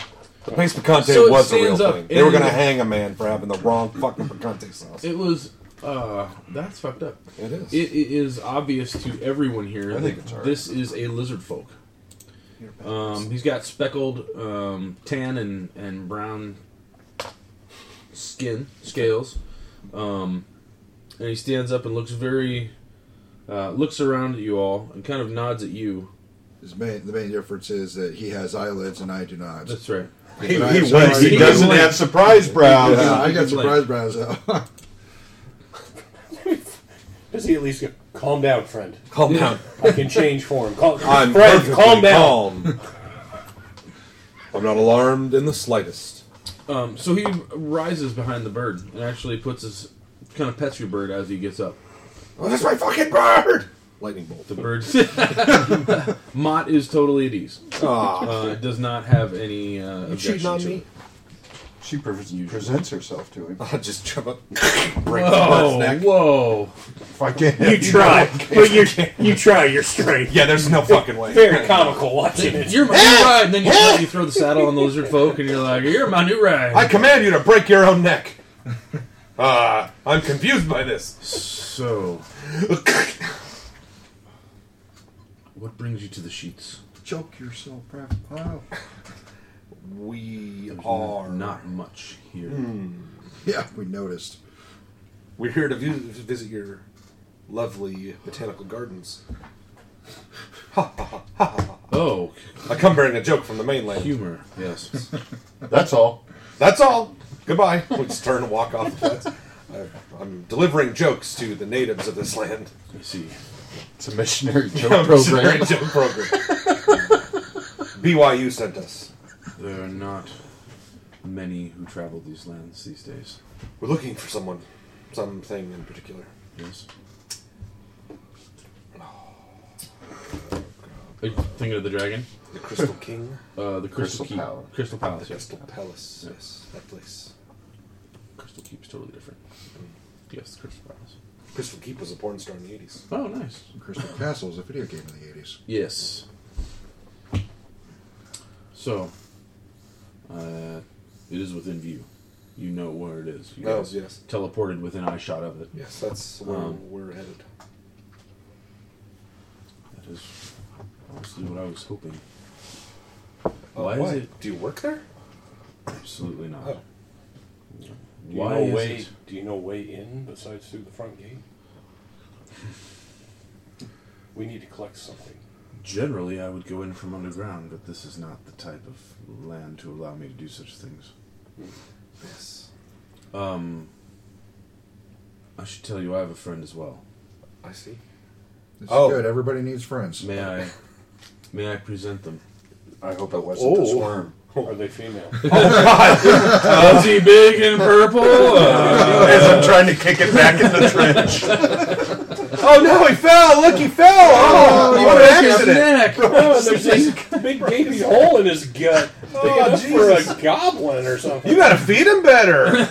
Speaker 5: the pace picante
Speaker 9: so it
Speaker 5: was a real
Speaker 9: stands up
Speaker 5: thing. They were going to
Speaker 9: in-
Speaker 5: hang a man for having the wrong fucking picante sauce.
Speaker 9: It was. Uh, that's fucked up.
Speaker 5: It is.
Speaker 9: It, it is obvious to everyone here
Speaker 5: I think
Speaker 9: that
Speaker 5: it's alright.
Speaker 9: this is a lizard folk. Um, he's got speckled um, tan and, and brown skin scales, um, and he stands up and looks very uh, looks around at you all and kind of nods at you.
Speaker 11: His main, the main difference is that he has eyelids and I do not.
Speaker 9: That's right.
Speaker 11: But
Speaker 9: He-
Speaker 11: I
Speaker 9: he
Speaker 11: have
Speaker 9: winks.
Speaker 11: surprise-
Speaker 9: He doesn't have surprise brows.
Speaker 11: Yeah, I got
Speaker 9: He's like-
Speaker 11: surprise brows though.
Speaker 10: Does he at least go, calm down, friend?
Speaker 5: Calm down.
Speaker 10: I can change form. Calm, friend,
Speaker 5: I'm perfectly
Speaker 10: calm down.
Speaker 5: calm. I'm not alarmed in the slightest.
Speaker 9: Um, so he rises behind the bird and actually puts his kind of pets your bird as he gets up.
Speaker 11: Oh, that's my fucking bird!
Speaker 19: Lightning bolt.
Speaker 9: The bird. Mott is totally at ease.
Speaker 11: Aw.
Speaker 9: Uh, does not have any. Uh,
Speaker 11: You cheating
Speaker 9: objection
Speaker 11: on
Speaker 9: to
Speaker 11: me?
Speaker 9: it.
Speaker 11: She
Speaker 20: presents herself to him.
Speaker 11: I'll just jump up.
Speaker 9: Break whoa, Oh, whoa!
Speaker 11: If I can't.
Speaker 16: You try, but you you try. You're straight.
Speaker 11: Yeah, there's no fucking way.
Speaker 16: Very comical watching it.
Speaker 9: You're my new ride, and then you, you throw the saddle on the lizard folk, and you're like, "You're my new ride."
Speaker 11: I command you to break your own neck. Uh, I'm confused by this.
Speaker 9: So, what brings you to the sheets?
Speaker 20: Choke yourself, Brad. Wow.
Speaker 11: We
Speaker 9: are not much here.
Speaker 11: Hmm.
Speaker 5: Yeah, we noticed.
Speaker 19: We're here to vi- visit your lovely botanical gardens.
Speaker 9: Oh,
Speaker 11: I come bearing a joke from the mainland.
Speaker 9: Humor, yes.
Speaker 11: That's all. That's all. Goodbye. We just turn and walk off. The fence. I- I'm delivering jokes to the natives of this land.
Speaker 9: I see.
Speaker 11: It's a missionary
Speaker 20: joke
Speaker 11: Missionary
Speaker 20: program.
Speaker 11: joke program. BYU sent us.
Speaker 9: There are not many who travel these lands these days.
Speaker 11: We're looking for someone, something in particular.
Speaker 9: Yes. Are you thinking of the dragon?
Speaker 11: The Crystal King.
Speaker 9: Uh, the Crystal,
Speaker 11: Crystal
Speaker 9: Keep.
Speaker 11: Palace.
Speaker 9: Crystal Palace.
Speaker 11: The
Speaker 9: yes.
Speaker 11: Crystal Palace. Yes, that place.
Speaker 9: Crystal Keep's totally different. Yes, Crystal Palace.
Speaker 11: Crystal Keep was a porn star in the 80s.
Speaker 9: Oh, nice.
Speaker 5: Crystal Castle is a video game in the 80s.
Speaker 9: Yes. So, uh, it is within view. You know where it is. You
Speaker 19: Oh,
Speaker 9: guys
Speaker 19: yes.
Speaker 9: Teleported within eyeshot of it.
Speaker 19: Yes, that's where
Speaker 9: Um,
Speaker 19: we're headed.
Speaker 9: that is honestly what I was hoping.
Speaker 11: Oh,
Speaker 9: Why
Speaker 11: why?
Speaker 9: is it?
Speaker 11: Do you work there?
Speaker 9: Absolutely not.
Speaker 11: Oh.
Speaker 21: Do you
Speaker 9: Why
Speaker 21: know
Speaker 9: is
Speaker 21: way?
Speaker 9: it?
Speaker 21: Do you know way in besides through the front gate? we need to collect something.
Speaker 9: Generally, I would go in from underground, but this is not the type of land to allow me to do such things.
Speaker 11: Yes.
Speaker 9: Um, I should tell you, I have a friend as well.
Speaker 11: I see.
Speaker 5: It's
Speaker 9: Oh.
Speaker 5: good. Everybody needs friends.
Speaker 9: May I? May I present them?
Speaker 21: I hope it wasn't
Speaker 11: Oh.
Speaker 21: the swarm. Are they female?
Speaker 9: Oh, Is he big and purple?
Speaker 21: As I'm trying to kick it back in the trench.
Speaker 11: Oh no, he fell! Look, he fell! Oh,
Speaker 21: he
Speaker 11: what
Speaker 21: broke
Speaker 11: an
Speaker 21: his
Speaker 11: accident!
Speaker 21: Oh, there's this big gaping hole in his gut. Big
Speaker 11: Oh,
Speaker 21: enough
Speaker 11: Jesus.
Speaker 21: for a goblin or something.
Speaker 11: You gotta feed him better.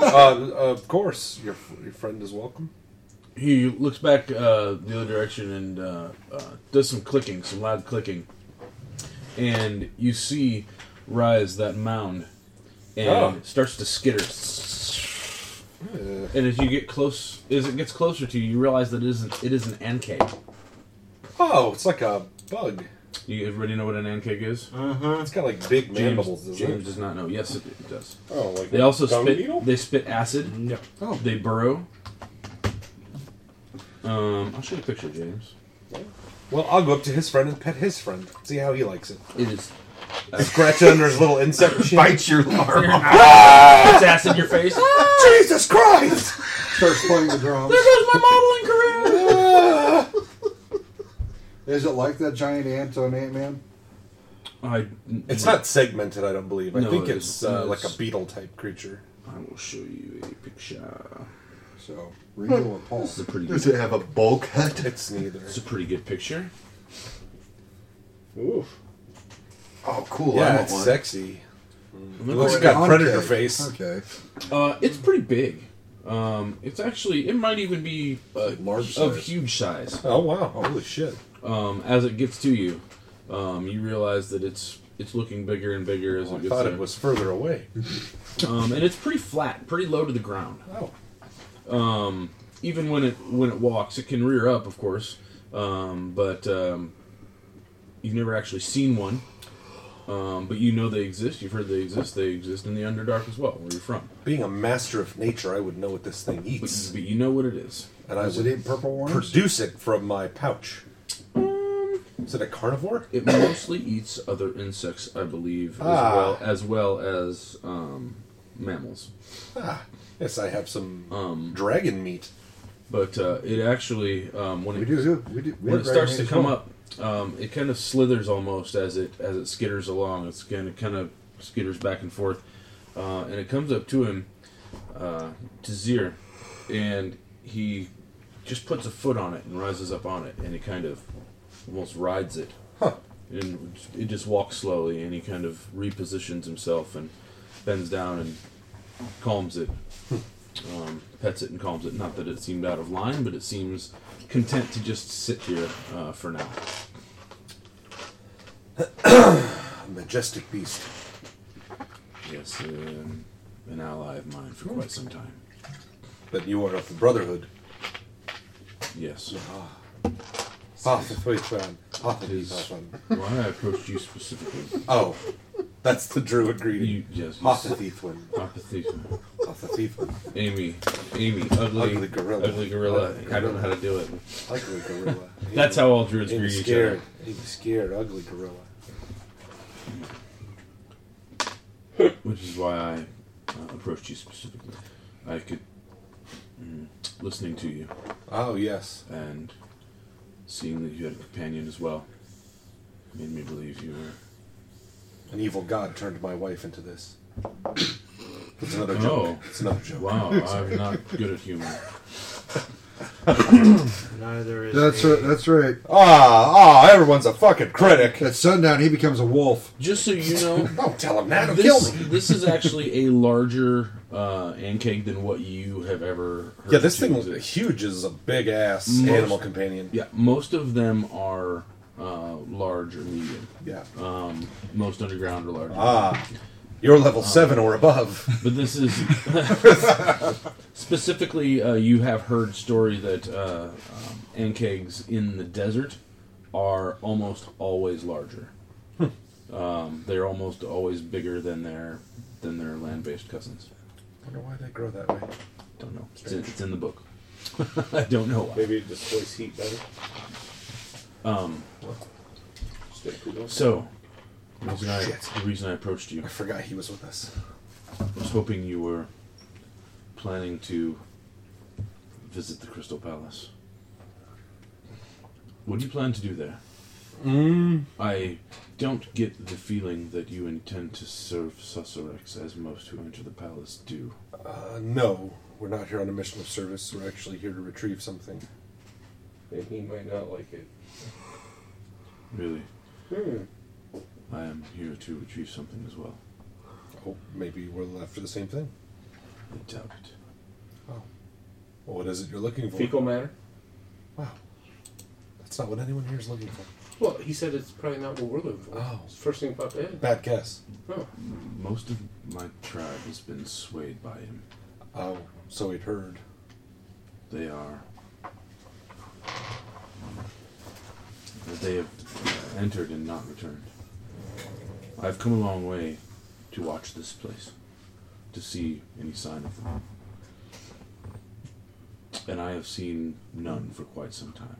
Speaker 11: uh, of course, your your friend is welcome.
Speaker 9: He looks back uh, the other direction and uh, uh, does some clicking, some loud clicking, and you see rise that mound, and
Speaker 19: Oh.
Speaker 9: it starts to skitter. And as you get close, as it gets closer to you, you realize that it isn't. It is an ancake.
Speaker 11: Oh, it's like a bug.
Speaker 9: You everybody know what an ancake is?
Speaker 11: It's got like big
Speaker 9: James,
Speaker 11: mandibles. Doesn't
Speaker 9: James
Speaker 11: it?
Speaker 9: does not know. Yes, it, it does.
Speaker 21: Oh, like
Speaker 9: they
Speaker 21: a
Speaker 9: also
Speaker 21: dung
Speaker 9: spit.
Speaker 21: beetle?
Speaker 9: They spit acid. No. Oh. They burrow. Um, I'll show you a picture, James.
Speaker 11: Well, I'll go up to his friend and pet his friend. See how he likes it.
Speaker 9: It is. uh,
Speaker 11: Scratch it under his little insect Ah! shit. Bite your arm.
Speaker 9: It's ass in your face.
Speaker 11: Jesus Christ!
Speaker 5: Starts playing the drums.
Speaker 9: goes my modeling career.
Speaker 5: Is it like that giant ant on Ant Man?
Speaker 9: I.
Speaker 11: It's not segmented, I don't believe. I
Speaker 9: No,
Speaker 11: think
Speaker 9: it
Speaker 11: it's
Speaker 9: is-
Speaker 11: uh,
Speaker 9: no,
Speaker 11: like a
Speaker 9: it's-
Speaker 11: beetle type creature.
Speaker 9: I will show you a picture.
Speaker 5: So, Regal or Paul?
Speaker 9: This is a pretty.
Speaker 16: Does
Speaker 9: good-
Speaker 16: it have a bowl cut?
Speaker 11: It's neither.
Speaker 9: It's a pretty good picture.
Speaker 21: Oof.
Speaker 16: Oh, cool. I
Speaker 11: yeah,
Speaker 16: want
Speaker 11: it's
Speaker 16: one.
Speaker 11: sexy.
Speaker 9: Look
Speaker 11: Looks
Speaker 9: at
Speaker 11: like got
Speaker 5: Ancake.
Speaker 11: predator face.
Speaker 5: Okay.
Speaker 9: Uh, it's pretty big. Um, it's actually it might even be uh,
Speaker 5: Large
Speaker 9: of
Speaker 5: size.
Speaker 9: huge size.
Speaker 11: Oh wow! Holy shit!
Speaker 9: Um, as it gets to you, um, you realize that it's it's looking bigger and bigger as
Speaker 11: Oh, I
Speaker 9: it gets
Speaker 11: thought
Speaker 9: there.
Speaker 11: it was further away.
Speaker 9: Um, and it's pretty flat, pretty low to the ground.
Speaker 11: Oh.
Speaker 9: Um, even when it when it walks, it can rear up, of course. Um, but um, you've never actually seen one. Um, but you know they exist. You've heard they exist. They exist in the Underdark as well, where you're from.
Speaker 11: Being a master of nature, I would know what this thing
Speaker 9: But,
Speaker 11: eats,
Speaker 9: but you know what it is.
Speaker 11: and I
Speaker 5: Does
Speaker 11: would
Speaker 5: it eat purple worms?
Speaker 11: produce it from my pouch. Is it a carnivore?
Speaker 9: It mostly eats other insects, I believe, as
Speaker 11: Ah.
Speaker 9: well as well as um, mammals.
Speaker 11: Ah, yes, I have some dragon meat.
Speaker 9: But uh, it actually, um, when
Speaker 5: We
Speaker 9: it
Speaker 5: do. do- We do. We
Speaker 9: when
Speaker 5: do
Speaker 9: it starts to
Speaker 5: Dragon
Speaker 9: come
Speaker 5: Age
Speaker 9: up, um, it kind of slithers almost as it as it skitters along. It's kind of kind of skitters back and forth, uh, and it comes up to him, uh, to Zir, and he just puts a foot on it and rises up on it, and it kind of almost rides it. Huh. And it just walks slowly, and he kind of repositions himself and bends down and calms it, um, pets it and calms it. Not that it seemed out of line, but it seems content to just sit here uh, for now.
Speaker 11: A majestic beast.
Speaker 9: Yes, uh, an ally of mine for quite some time.
Speaker 11: But you are of the Brotherhood.
Speaker 9: Yes.
Speaker 11: Half the three clan. Half the
Speaker 9: Is
Speaker 11: half one.
Speaker 9: why I approached you specifically.
Speaker 11: Oh, that's the druid greeting.
Speaker 9: You, yes. you
Speaker 11: Half
Speaker 9: s-
Speaker 11: the thief one.
Speaker 9: Half the thief one.
Speaker 11: Half the thief one.
Speaker 9: Amy, Amy, ugly,
Speaker 11: Ugly gorilla. Uh,
Speaker 9: ugly gorilla. I don't know how to do it.
Speaker 11: Ugly gorilla.
Speaker 9: That's how all druids
Speaker 11: Amy
Speaker 9: greet each
Speaker 11: scared.
Speaker 9: other.
Speaker 11: Amy scared. Ugly gorilla.
Speaker 9: which is why I uh, approached you specifically. I could, mm, listening to you.
Speaker 11: Oh, yes.
Speaker 9: And seeing that you had a companion as well made me believe you were.
Speaker 11: An evil god turned my wife into this. It's another joke.
Speaker 9: Oh,
Speaker 11: It's another joke.
Speaker 9: Wow, I'm not good at humor.
Speaker 16: Neither is
Speaker 22: That's
Speaker 16: me.
Speaker 22: right. That's right.
Speaker 11: Ah, ah! Everyone's a fucking critic.
Speaker 22: At sundown, he becomes a wolf.
Speaker 9: Just so you know,
Speaker 11: don't tell him that. He'll
Speaker 9: this,
Speaker 11: kill me.
Speaker 9: this is actually a larger uh, ancake than what you have ever. Heard
Speaker 11: Yeah, this
Speaker 9: to
Speaker 11: thing
Speaker 9: exist.
Speaker 11: huge is a big ass
Speaker 9: Most-
Speaker 11: animal companion.
Speaker 9: Yeah, most of them are uh, large or medium.
Speaker 11: Yeah.
Speaker 9: Um, most underground are large.
Speaker 11: Ah, you're level seven or above.
Speaker 9: But this is specifically, uh, you have heard story that uh, um, ankegs in the desert are almost always larger.
Speaker 11: Hmm.
Speaker 9: um, they're almost always bigger than their than their land-based cousins.
Speaker 11: Wonder why they grow that way.
Speaker 9: Don't know. It's in, it's in the book. I don't know why.
Speaker 11: Maybe it displays heat better.
Speaker 9: Um,
Speaker 11: Stay cool.
Speaker 9: so, the reason,
Speaker 11: Oh, shit.
Speaker 9: I, the reason I approached you,
Speaker 11: I forgot he was with us.
Speaker 9: I was hoping you were planning to visit the Crystal Palace. What do you plan to do there?
Speaker 23: Mm.
Speaker 9: I don't get the feeling that you intend to serve Susurrex as most who enter the palace do.
Speaker 11: Uh, no, we're not here on a mission of service. We're actually here to retrieve something.
Speaker 24: Then he might not like it.
Speaker 9: Really,
Speaker 24: Hmm.
Speaker 9: I am here to retrieve something as well.
Speaker 11: Oh, maybe we're after the same thing.
Speaker 9: I doubt it.
Speaker 11: Well, what is it you're looking for?
Speaker 24: Fecal matter?
Speaker 11: That's not what anyone here is looking for.
Speaker 24: Well, he said it's probably not what we're looking for.
Speaker 11: Oh.
Speaker 24: It's the first thing popped in.
Speaker 11: Bad guess.
Speaker 24: Oh.
Speaker 9: Most of my tribe has been swayed by him.
Speaker 11: Oh, so we'd heard.
Speaker 9: They are. They have entered and not returned. I've come a long way to watch this place, to see any sign of them. And I have seen none for quite some time.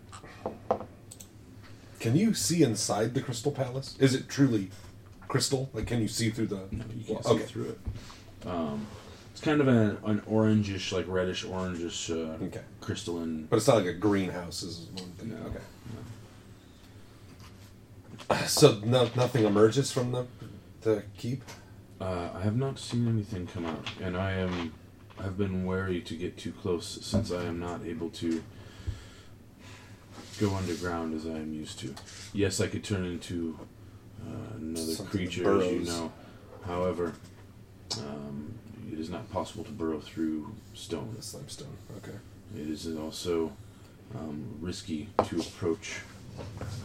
Speaker 11: Can you see inside the Crystal Palace? Is it truly crystal? Like, can you see through the?
Speaker 9: No, you can't
Speaker 11: Well,
Speaker 9: see through it. Um, it's kind of an, an orangish, like reddish orangish, uh,
Speaker 11: Okay.
Speaker 9: crystalline.
Speaker 11: But it's not like a greenhouse. Is one thing.
Speaker 9: No,
Speaker 11: Okay. So no, nothing emerges from the the keep.
Speaker 9: Uh, I have not seen anything come out, and I am have been wary to get too close since I am not able to go underground as I am used to. Yes, I could turn into uh, another
Speaker 11: Something that
Speaker 9: creature, as you
Speaker 11: burrows.
Speaker 9: know. However, um, it is not possible to burrow through stone.
Speaker 11: The slimestone. Okay.
Speaker 9: It is also um, risky to approach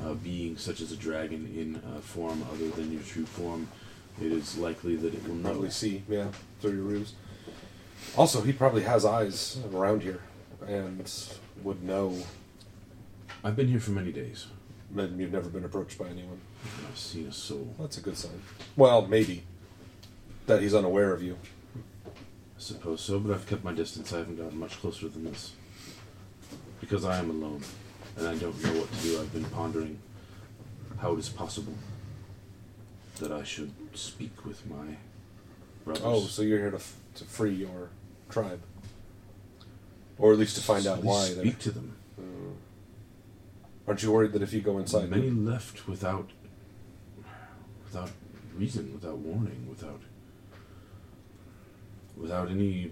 Speaker 9: a being such as a dragon in a form other than your true form. It is likely that it will know.
Speaker 11: Probably see. Yeah, through your roofs. Also, he probably has eyes around here, and would know.
Speaker 9: I've been here for many days.
Speaker 11: Then you've never been approached by anyone.
Speaker 9: and I've seen a soul.
Speaker 11: That's a good sign. Well, maybe that he's unaware of you.
Speaker 9: I suppose so, but I've kept my distance. I haven't gotten much closer than this. Because I am alone, and I don't know what to do. I've been pondering how it is possible that I should speak with my brothers.
Speaker 11: Oh, so you're here to, f- to free your tribe, or at least to find
Speaker 9: So
Speaker 11: out
Speaker 9: they
Speaker 11: why. they're-
Speaker 9: Speak to them.
Speaker 11: Aren't you worried that if you go inside,
Speaker 9: Many left without, without reason, without warning, without, without any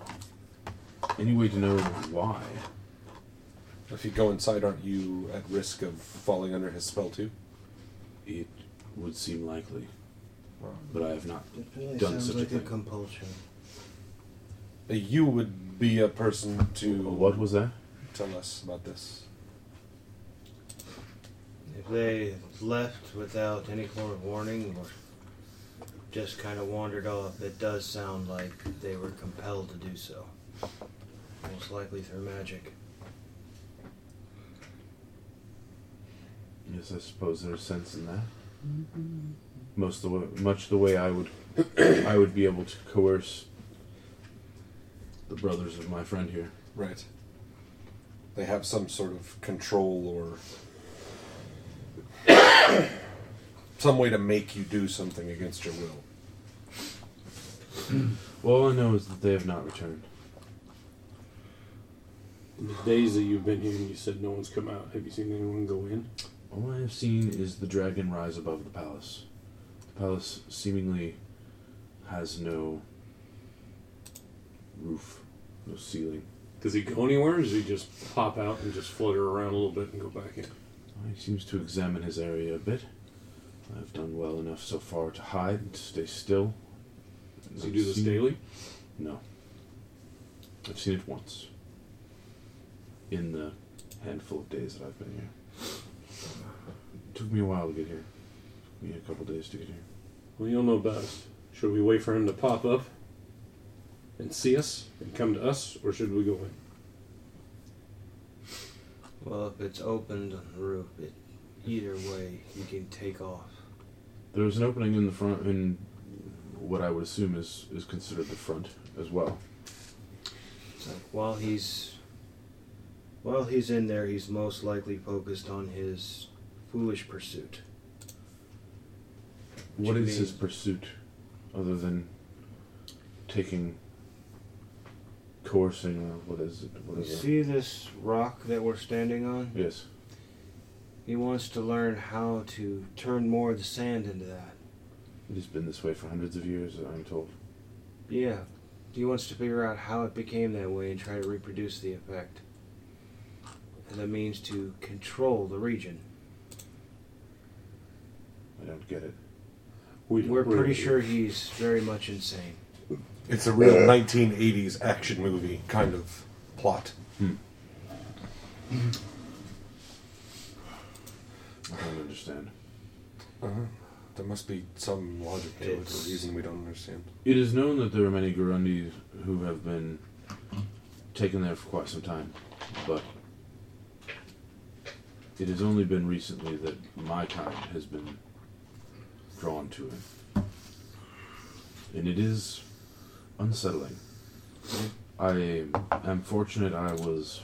Speaker 9: uh, Any way to know why?
Speaker 11: If you go inside, aren't you at risk of falling under his spell too?
Speaker 9: It would seem likely, but I have not
Speaker 11: It
Speaker 16: really
Speaker 9: done
Speaker 16: sounds
Speaker 9: such
Speaker 16: like
Speaker 9: a
Speaker 16: a
Speaker 9: thing.
Speaker 16: compulsion.
Speaker 11: You would be a person to. What
Speaker 9: was that?
Speaker 11: Tell us about this.
Speaker 16: If they left without any form of warning or just kind of wandered off, it does sound like they were compelled to do so. Most likely through magic.
Speaker 9: Yes, I suppose there's sense in that.
Speaker 16: Mm-hmm.
Speaker 9: Most the way, much the way I would, I would be able to coerce the brothers of my friend here.
Speaker 11: Right. They have some sort of control or some way to make you do something against your will.
Speaker 9: Well, all I know is that they have not returned.
Speaker 25: In the days that you've been here and you said no one's come out, have you seen anyone go in?
Speaker 9: All I have seen is the dragon rise above the palace. The palace seemingly has no roof, no ceiling.
Speaker 25: Does he go anywhere or does he just pop out and just flutter around a little bit and go back in?
Speaker 9: He seems to examine his area a bit. I've done well enough so far to hide and stay still.
Speaker 25: Does he do this
Speaker 9: seen-
Speaker 25: daily?
Speaker 9: No. I've seen it once. In the handful of days that I've been here. It took me a while to get here. Took me a couple days to get here.
Speaker 25: Well, you'll know best. Should we wait for him to pop up and see us and come to us, or should we go in?
Speaker 16: Well, if it's opened on the roof, it, either way, you can take off.
Speaker 9: There's an opening in the front, in what I would assume is, is considered the front as well.
Speaker 16: So while he's while he's in there, he's most likely focused on his foolish pursuit.
Speaker 9: What
Speaker 16: What you
Speaker 9: is his
Speaker 16: mean?
Speaker 9: pursuit other than taking, coercing, or what is it? What
Speaker 16: You
Speaker 9: is it?
Speaker 16: see this rock that we're standing on?
Speaker 9: Yes.
Speaker 16: He wants to learn how to turn more of the sand into that.
Speaker 9: It has been this way for hundreds of years, I'm told.
Speaker 16: Yeah. He wants to figure out how it became that way and try to reproduce the effect. And that means to control the region.
Speaker 9: I don't get it.
Speaker 25: We
Speaker 16: We're pretty
Speaker 25: really-
Speaker 16: sure he's very much insane.
Speaker 11: It's a real 1980s action movie kind of plot.
Speaker 9: I don't understand.
Speaker 11: There must be some logic to it,
Speaker 9: It's-
Speaker 11: a reason we don't understand.
Speaker 9: It is known that there are many Gurundis who have been taken there for quite some time, but it has only been recently that my kind has been drawn to it. And it is unsettling. I am fortunate I was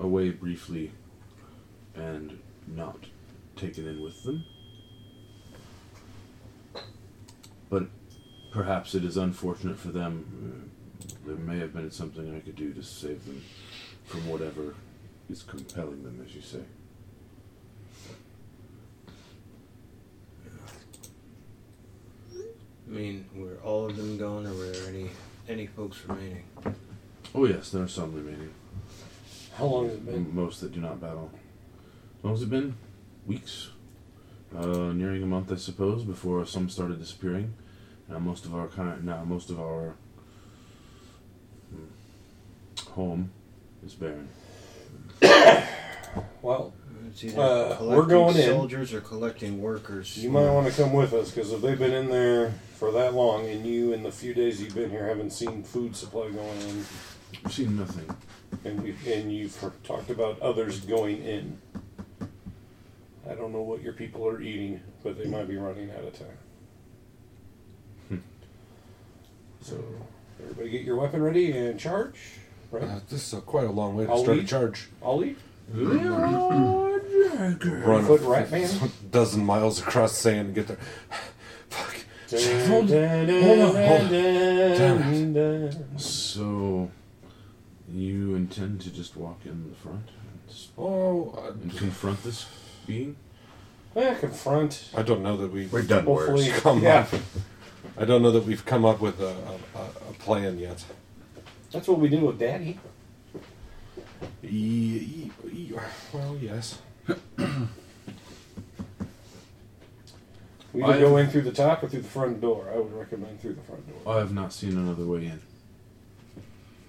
Speaker 9: away briefly and not taken in with them. But perhaps it is unfortunate for them. Uh, There may have been something I could do to save them from whatever is compelling them, as you say.
Speaker 16: I mean, were all of them gone or were there any any folks remaining?
Speaker 9: Oh, yes, there are some remaining.
Speaker 25: How long has it been?
Speaker 9: M- Most that do not battle. How long has it been? Weeks? Uh, nearing a month, I suppose, before some started disappearing. Now most of our kind, now most of our mm, home is barren.
Speaker 11: Well,
Speaker 16: It's either
Speaker 11: uh,
Speaker 16: collecting
Speaker 11: we're going in.
Speaker 16: soldiers or collecting workers.
Speaker 11: You might want to come with us because if they've been in there for that long, and you in the few days you've been here haven't seen food supply going in,
Speaker 9: I've seen nothing.
Speaker 11: and we and you've heard- talked about others going in. I don't know what your people are eating, but they might be running out of time.
Speaker 1: Hmm.
Speaker 11: So everybody, get your weapon ready and charge. Right.
Speaker 1: Uh,
Speaker 11: this is quite a long way
Speaker 1: to start a
Speaker 11: charge. I'll eat.
Speaker 1: Run
Speaker 11: foot
Speaker 1: a-
Speaker 11: right, man.
Speaker 1: dozen miles across sand and get there.
Speaker 11: Hold on, hold on, hold on.
Speaker 9: So, you intend to just walk in the front and, s-
Speaker 11: Oh, uh,
Speaker 9: and confront this being?
Speaker 11: eh, confront.
Speaker 1: I don't know that we
Speaker 11: We've done
Speaker 1: hopefully
Speaker 11: worse.
Speaker 1: Come
Speaker 11: Yeah.
Speaker 1: up, I don't know that we've come up with a, a, a- a plan yet.
Speaker 11: That's what we did with Daddy. Ye- ye- well, yes. We
Speaker 9: I
Speaker 11: either go
Speaker 9: have-
Speaker 11: in through the top or through the front door. I would recommend through the front door.
Speaker 9: I have not seen another way in.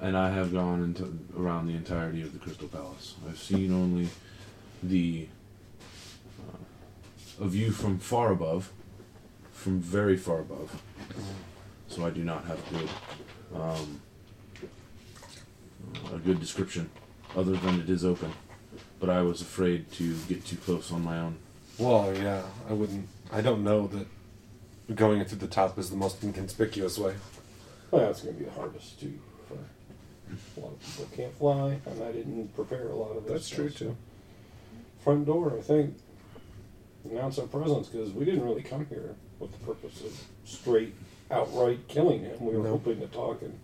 Speaker 9: And I have gone into around the entirety of the Crystal Palace. I've seen only the uh, a view from far above, from very far above. So I do not have good um, a good description, other than it is open. But I was afraid to get too close on my own.
Speaker 11: Well, yeah, I wouldn't. I don't know that going in through the top is the most inconspicuous way.
Speaker 1: Well, that's going to be the hardest too. For a lot of people can't fly, and I didn't prepare a lot of this.
Speaker 11: That's true, too.
Speaker 1: Front door, I think. Announce our presence because we didn't really come here with the purpose of straight, outright killing him. We were hoping to talk, and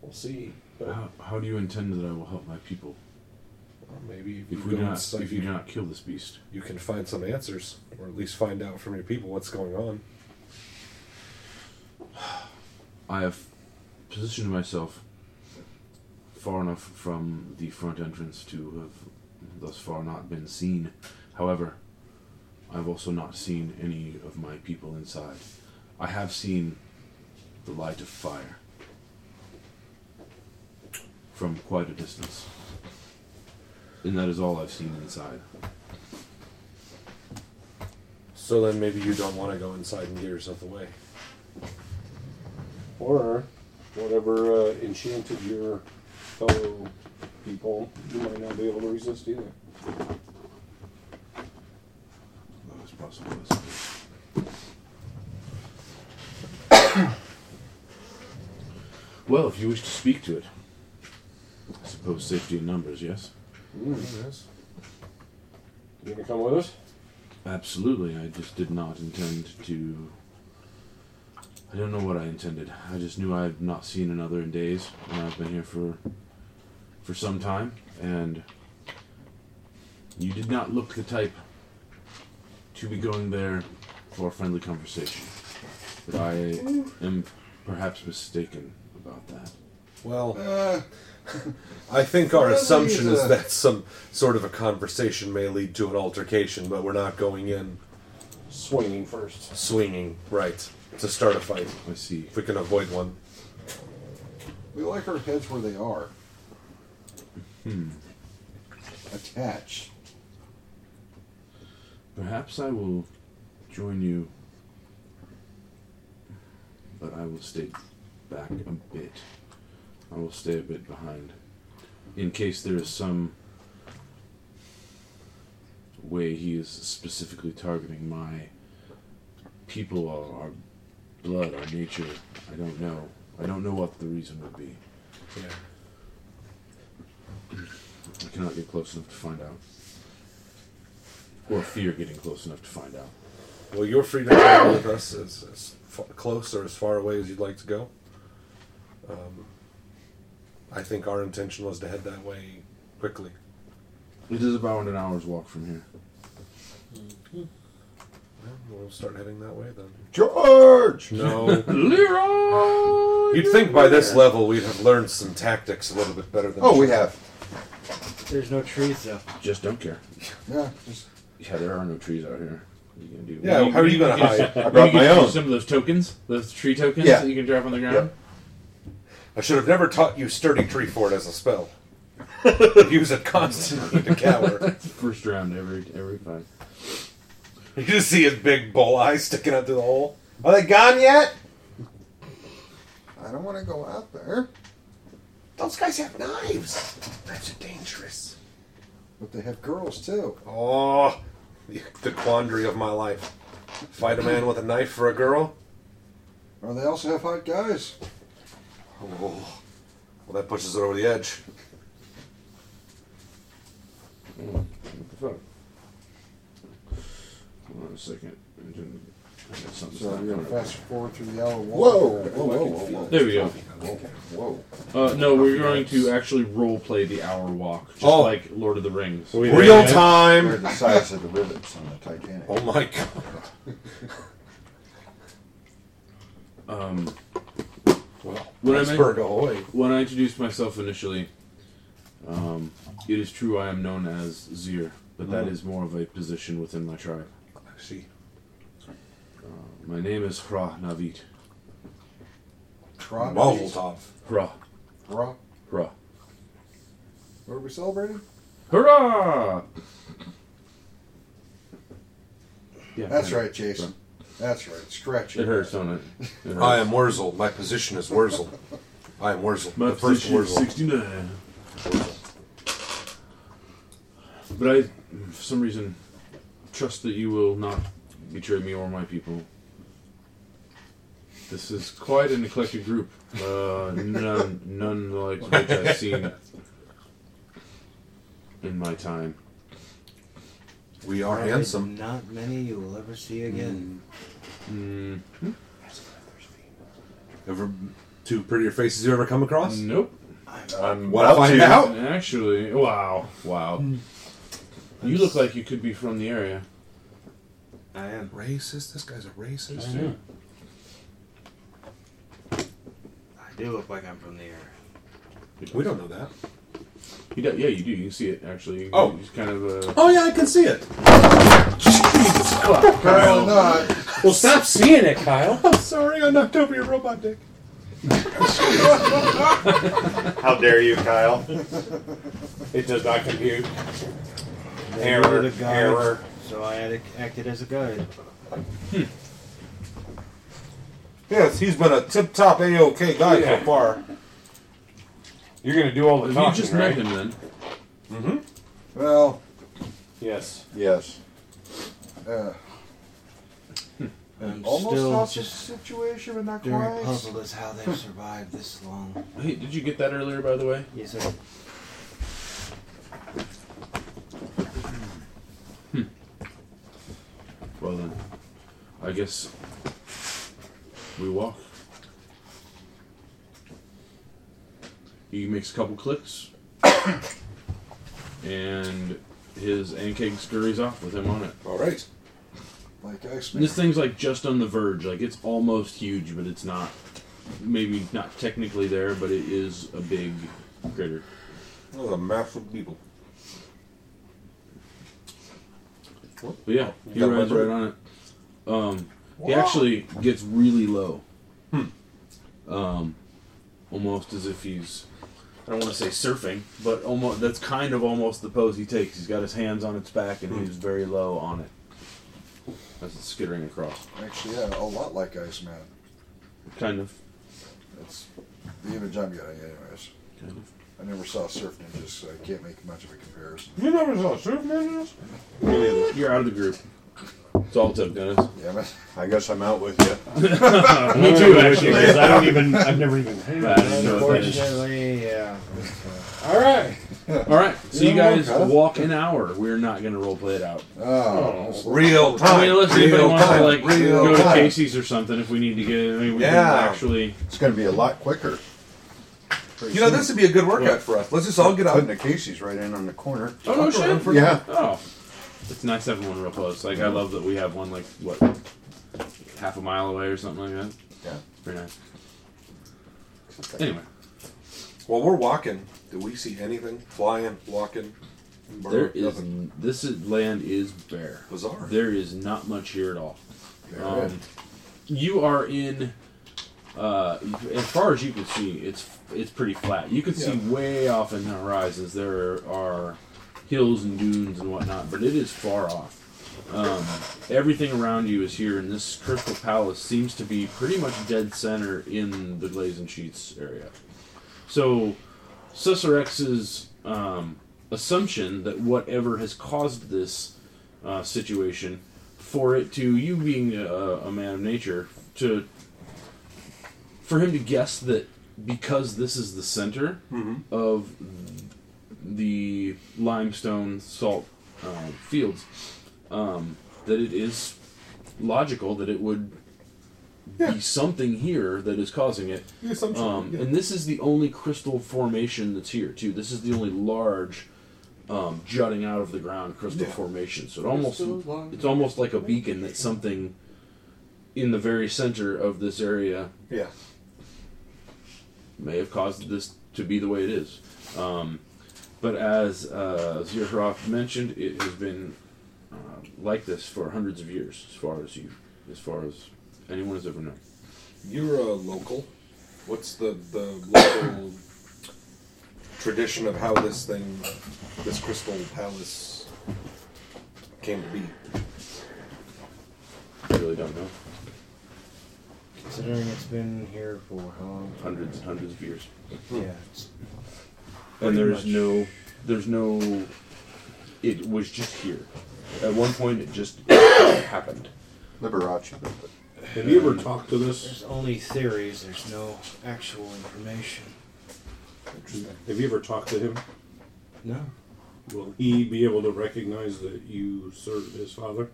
Speaker 1: we'll see. But
Speaker 9: How, how do you intend that I will help my people?
Speaker 11: maybe
Speaker 9: if,
Speaker 11: you
Speaker 9: we
Speaker 11: go
Speaker 9: do not
Speaker 11: inside-
Speaker 9: if you do not kill this beast,
Speaker 11: You can find some answers, or at least find out from your people what's going on.
Speaker 9: I have positioned myself far enough from the front entrance to have thus far not been seen. However, I've also not seen any of my people inside. I have seen the light of fire from quite a distance. And that is all I've seen inside.
Speaker 11: So then maybe you don't want to go inside and get yourself away.
Speaker 1: or whatever uh, enchanted your fellow people, you might not be able to resist either.
Speaker 9: As possible as Well, if you wish to speak to it, I suppose safety in numbers, yes?
Speaker 1: yes. You gonna come with us?
Speaker 9: Absolutely. I just did not intend to. I don't know what I intended. I just knew I've not seen another in days, and I've been here for for some time. And you did not look the type to be going there for a friendly conversation. But I am perhaps mistaken about that.
Speaker 11: Well, I think our
Speaker 9: Well,
Speaker 11: assumption
Speaker 9: he's
Speaker 11: is
Speaker 9: a-
Speaker 11: that some sort of a conversation may lead to an altercation, but we're not going in
Speaker 1: swinging first.
Speaker 11: Swinging, right, to start a fight.
Speaker 9: I see. If
Speaker 11: we can avoid one.
Speaker 26: We like our heads where they are,
Speaker 9: Hmm.
Speaker 26: attached.
Speaker 9: Perhaps I will join you, but I will stay back a bit. I will stay a bit behind in case there is some way he is specifically targeting my people or our blood, our nature. I don't know. I don't know what the reason would be.
Speaker 11: Yeah.
Speaker 9: I cannot get close enough to find out. Or fear getting close enough to find out.
Speaker 11: Well, you're free to travel with us as, as fa- close or as far away as you'd like to go. Um, I think our intention was to head that way quickly.
Speaker 9: It is about an hour's walk from here.
Speaker 11: Well, we'll start heading that way then.
Speaker 5: George!
Speaker 11: No.
Speaker 9: Leroy!
Speaker 11: You'd think by this level we'd have learned some tactics a little bit better than.
Speaker 5: Oh, we have.
Speaker 16: There's no trees though.
Speaker 9: Just don't care.
Speaker 26: Yeah,
Speaker 9: Yeah, there are no trees out here. What are you gonna do?
Speaker 11: Yeah, how are you gonna
Speaker 9: can
Speaker 11: hide?
Speaker 9: just-
Speaker 11: I
Speaker 9: you
Speaker 11: brought
Speaker 9: can
Speaker 11: my
Speaker 9: just use
Speaker 11: own.
Speaker 9: Some of those tokens, those tree tokens
Speaker 11: Yeah.
Speaker 9: that you can drop on the ground.
Speaker 11: I should have never taught you sturdy tree fort as a spell. Use it constantly to cower.
Speaker 9: First round every every time.
Speaker 11: You just see his big bull eye sticking out through the hole.
Speaker 5: Are they gone yet?
Speaker 26: I don't want to go out there,
Speaker 5: Those guys have knives. Knives are dangerous.
Speaker 26: but they have girls too.
Speaker 11: Oh, the, the quandary of my life. Fight a man with a knife for a girl?
Speaker 26: Or they also have hot guys.
Speaker 11: Oh, well, that pushes it over the edge.
Speaker 9: What the fuck? Hold on a second. I didn't- I got something
Speaker 26: So
Speaker 9: stuck
Speaker 26: we're gonna
Speaker 9: on it.
Speaker 26: fast forward through the
Speaker 11: Oh,
Speaker 26: yellow
Speaker 5: Whoa,
Speaker 26: wall.
Speaker 5: whoa, whoa, whoa, whoa.
Speaker 9: There we go.
Speaker 26: Whoa.
Speaker 9: Uh, no, we're going to actually role play the hour walk, just
Speaker 11: Oh.
Speaker 9: like Lord of the Rings.
Speaker 11: Real time!
Speaker 26: They're the size of the rivets on the Titanic.
Speaker 11: Oh my god.
Speaker 9: Um,
Speaker 11: Well,
Speaker 9: when I,
Speaker 11: iceberg
Speaker 9: made-
Speaker 11: ahoy.
Speaker 9: when I introduced myself initially, uh, It is true I am known as Zir, but that is more of a position within my tribe.
Speaker 6: Mm-hmm.
Speaker 9: Uh,
Speaker 6: I see.
Speaker 9: My name is Hra Navit.
Speaker 12: Hra
Speaker 6: Mazel
Speaker 9: Hra.
Speaker 12: Hra?
Speaker 9: Hra.
Speaker 12: What are we celebrating?
Speaker 9: Hurrah! Yeah,
Speaker 11: That's
Speaker 9: I know.
Speaker 11: right, Jason. That's right. Stretch
Speaker 9: It hurts, don't it? It
Speaker 6: I
Speaker 9: hurts.
Speaker 6: am Wurzel. My position is Wurzel. I am Wurzel.
Speaker 9: My
Speaker 6: the first
Speaker 9: position is
Speaker 6: Wurzel.
Speaker 9: 69. But I, for some reason, trust that you will not betray me or my people. This is quite an eclectic group. Uh, none, none like which I've seen in my time.
Speaker 6: We are
Speaker 16: Probably
Speaker 6: handsome.
Speaker 16: Not many you will ever see again.
Speaker 6: Ever two prettier faces you ever come across?
Speaker 9: Nope.
Speaker 6: I'm
Speaker 9: Well,
Speaker 6: well, find
Speaker 9: dude,
Speaker 6: out. Hmm.
Speaker 9: Actually, wow, wow. You look like you could be from the area.
Speaker 16: I am.
Speaker 6: Racist. This guy's a racist.
Speaker 9: I know.
Speaker 16: I do look like I'm from the air.
Speaker 6: We don't know that.
Speaker 9: You do, yeah, you do. You can see it actually. You-
Speaker 6: Oh.
Speaker 9: it's kind of a.
Speaker 6: Oh yeah, I can see it.
Speaker 9: Kyle.
Speaker 10: Well, stop seeing it, Kyle.
Speaker 6: I'm sorry, I knocked over your robot dick.
Speaker 27: How dare you, Kyle?
Speaker 10: It does not compute.
Speaker 16: They
Speaker 27: Error,
Speaker 16: were the guides,
Speaker 27: error.
Speaker 16: So I had acted as a guide.
Speaker 6: Yes, he's been a tip-top A-OK guy
Speaker 10: Yeah.
Speaker 6: so far.
Speaker 10: You're gonna do all the
Speaker 9: If you
Speaker 10: talking,
Speaker 9: just
Speaker 10: right?
Speaker 9: met him then.
Speaker 6: Mm-hmm.
Speaker 11: Well,
Speaker 10: Yes.
Speaker 11: yes. Uh,
Speaker 16: I'm
Speaker 11: almost
Speaker 16: still
Speaker 11: lost the
Speaker 16: just
Speaker 11: situation, but not
Speaker 16: very
Speaker 11: quite.
Speaker 16: puzzled as how they've survived this long.
Speaker 9: Hey, did you get that earlier, by the way?
Speaker 16: Yes, sir.
Speaker 9: Well then, I guess we walk. He makes a couple clicks, and his ankeg scurries off with him on it.
Speaker 6: All right.
Speaker 11: Like Iceman.
Speaker 9: This thing's like just on the verge. Like it's almost huge, but it's not. Maybe not technically there, but it is a big critter.
Speaker 6: Oh, the massive beetle.
Speaker 9: But yeah, he
Speaker 6: Got
Speaker 9: rides
Speaker 6: one.
Speaker 9: right on it. Um, he
Speaker 6: Wow.
Speaker 9: actually gets really low.
Speaker 6: Hmm.
Speaker 9: Um, almost as if he's. I don't want to say surfing, but almost that's kind of almost the pose he takes. He's got his hands on its back
Speaker 6: Hmm.
Speaker 9: and he's very low on it as it's skittering across.
Speaker 11: Actually, yeah, a lot like Iceman.
Speaker 9: Kind of.
Speaker 11: It's the image I'm getting, anyways.
Speaker 9: Kind of.
Speaker 11: I never saw Surf Ninjas, so I can't make much of a comparison.
Speaker 6: You never saw Surf Ninjas?
Speaker 9: You're out of the group. It's all tough, Dennis.
Speaker 11: Damn it.
Speaker 8: I guess I'm out with you.
Speaker 9: Me too, actually.
Speaker 10: Because I don't even. I've never even heard.
Speaker 9: I didn't know that.
Speaker 16: Unfortunately, yeah.
Speaker 10: All right.
Speaker 9: All right, so you
Speaker 10: You know
Speaker 9: guys
Speaker 10: what, huh?
Speaker 9: walk an hour. We're not gonna roleplay it out.
Speaker 11: Oh,
Speaker 6: Real
Speaker 9: I mean,
Speaker 6: time.
Speaker 9: unless anybody
Speaker 6: real
Speaker 9: wants
Speaker 6: time.
Speaker 9: to like
Speaker 6: real
Speaker 9: go to
Speaker 6: time.
Speaker 9: Casey's or something, if we need to get, I mean, we
Speaker 6: Yeah.
Speaker 9: can actually.
Speaker 8: It's going to be a lot quicker.
Speaker 6: You know, this would be a good workout for us. Let's just all get out.
Speaker 8: Putting the Casey's right in on the corner.
Speaker 9: Oh no shit!
Speaker 8: For- yeah.
Speaker 9: Oh, it's nice having one real close. Like I love that we have one like what, half a mile away or something like that.
Speaker 8: Yeah.
Speaker 9: Very nice. Anyway,
Speaker 6: While we're walking, do we see anything? Flying, walking? bird,
Speaker 9: there is
Speaker 6: nothing.
Speaker 9: this is, land is bare.
Speaker 6: Bizarre.
Speaker 9: There is not much here at all.
Speaker 6: Very
Speaker 9: Um, you are in. Uh, as far as you can see, it's it's pretty flat. You can see
Speaker 6: Yeah.
Speaker 9: way off in the horizons there are hills and dunes and whatnot, but it is far off. Um, everything around you is here, and this crystal palace seems to be pretty much dead center in the Glazen Sheets area. So, Cicerex's um, assumption that whatever has caused this uh, situation, for it to you being a, a man of nature, to for him to guess that because this is the center
Speaker 6: Mm-hmm.
Speaker 9: of the limestone salt uh, fields, um, that it is logical that it would be something here that is causing it.
Speaker 6: The assumption,
Speaker 9: Um,
Speaker 6: yeah.
Speaker 9: And this is the only crystal formation that's here too. This is the only large um, jutting out of the ground crystal formation. So it almost
Speaker 6: Crystal line.
Speaker 9: it's almost like a beacon that something in the very center of this area
Speaker 6: Yeah.
Speaker 9: may have caused this to be the way it is. Um, But as uh, Zierhoff mentioned, it has been uh, like this for hundreds of years, as far as you, as far as anyone has ever known.
Speaker 5: You're a local. What's the the local tradition of how this thing, this crystal palace, came to be?
Speaker 9: I really don't know.
Speaker 16: Considering it's been here for how long?
Speaker 9: Hundreds and hundreds of years.
Speaker 16: Yeah. it's-
Speaker 9: and
Speaker 16: Pretty
Speaker 9: there's
Speaker 16: much.
Speaker 9: no there's no it was just here at one point it just happened
Speaker 16: Liberace.
Speaker 13: Have you ever talked to this?
Speaker 16: There's only theories. There's no actual information.
Speaker 13: Have you ever talked to him?
Speaker 16: No.
Speaker 13: Will he be able to recognize that you served his father?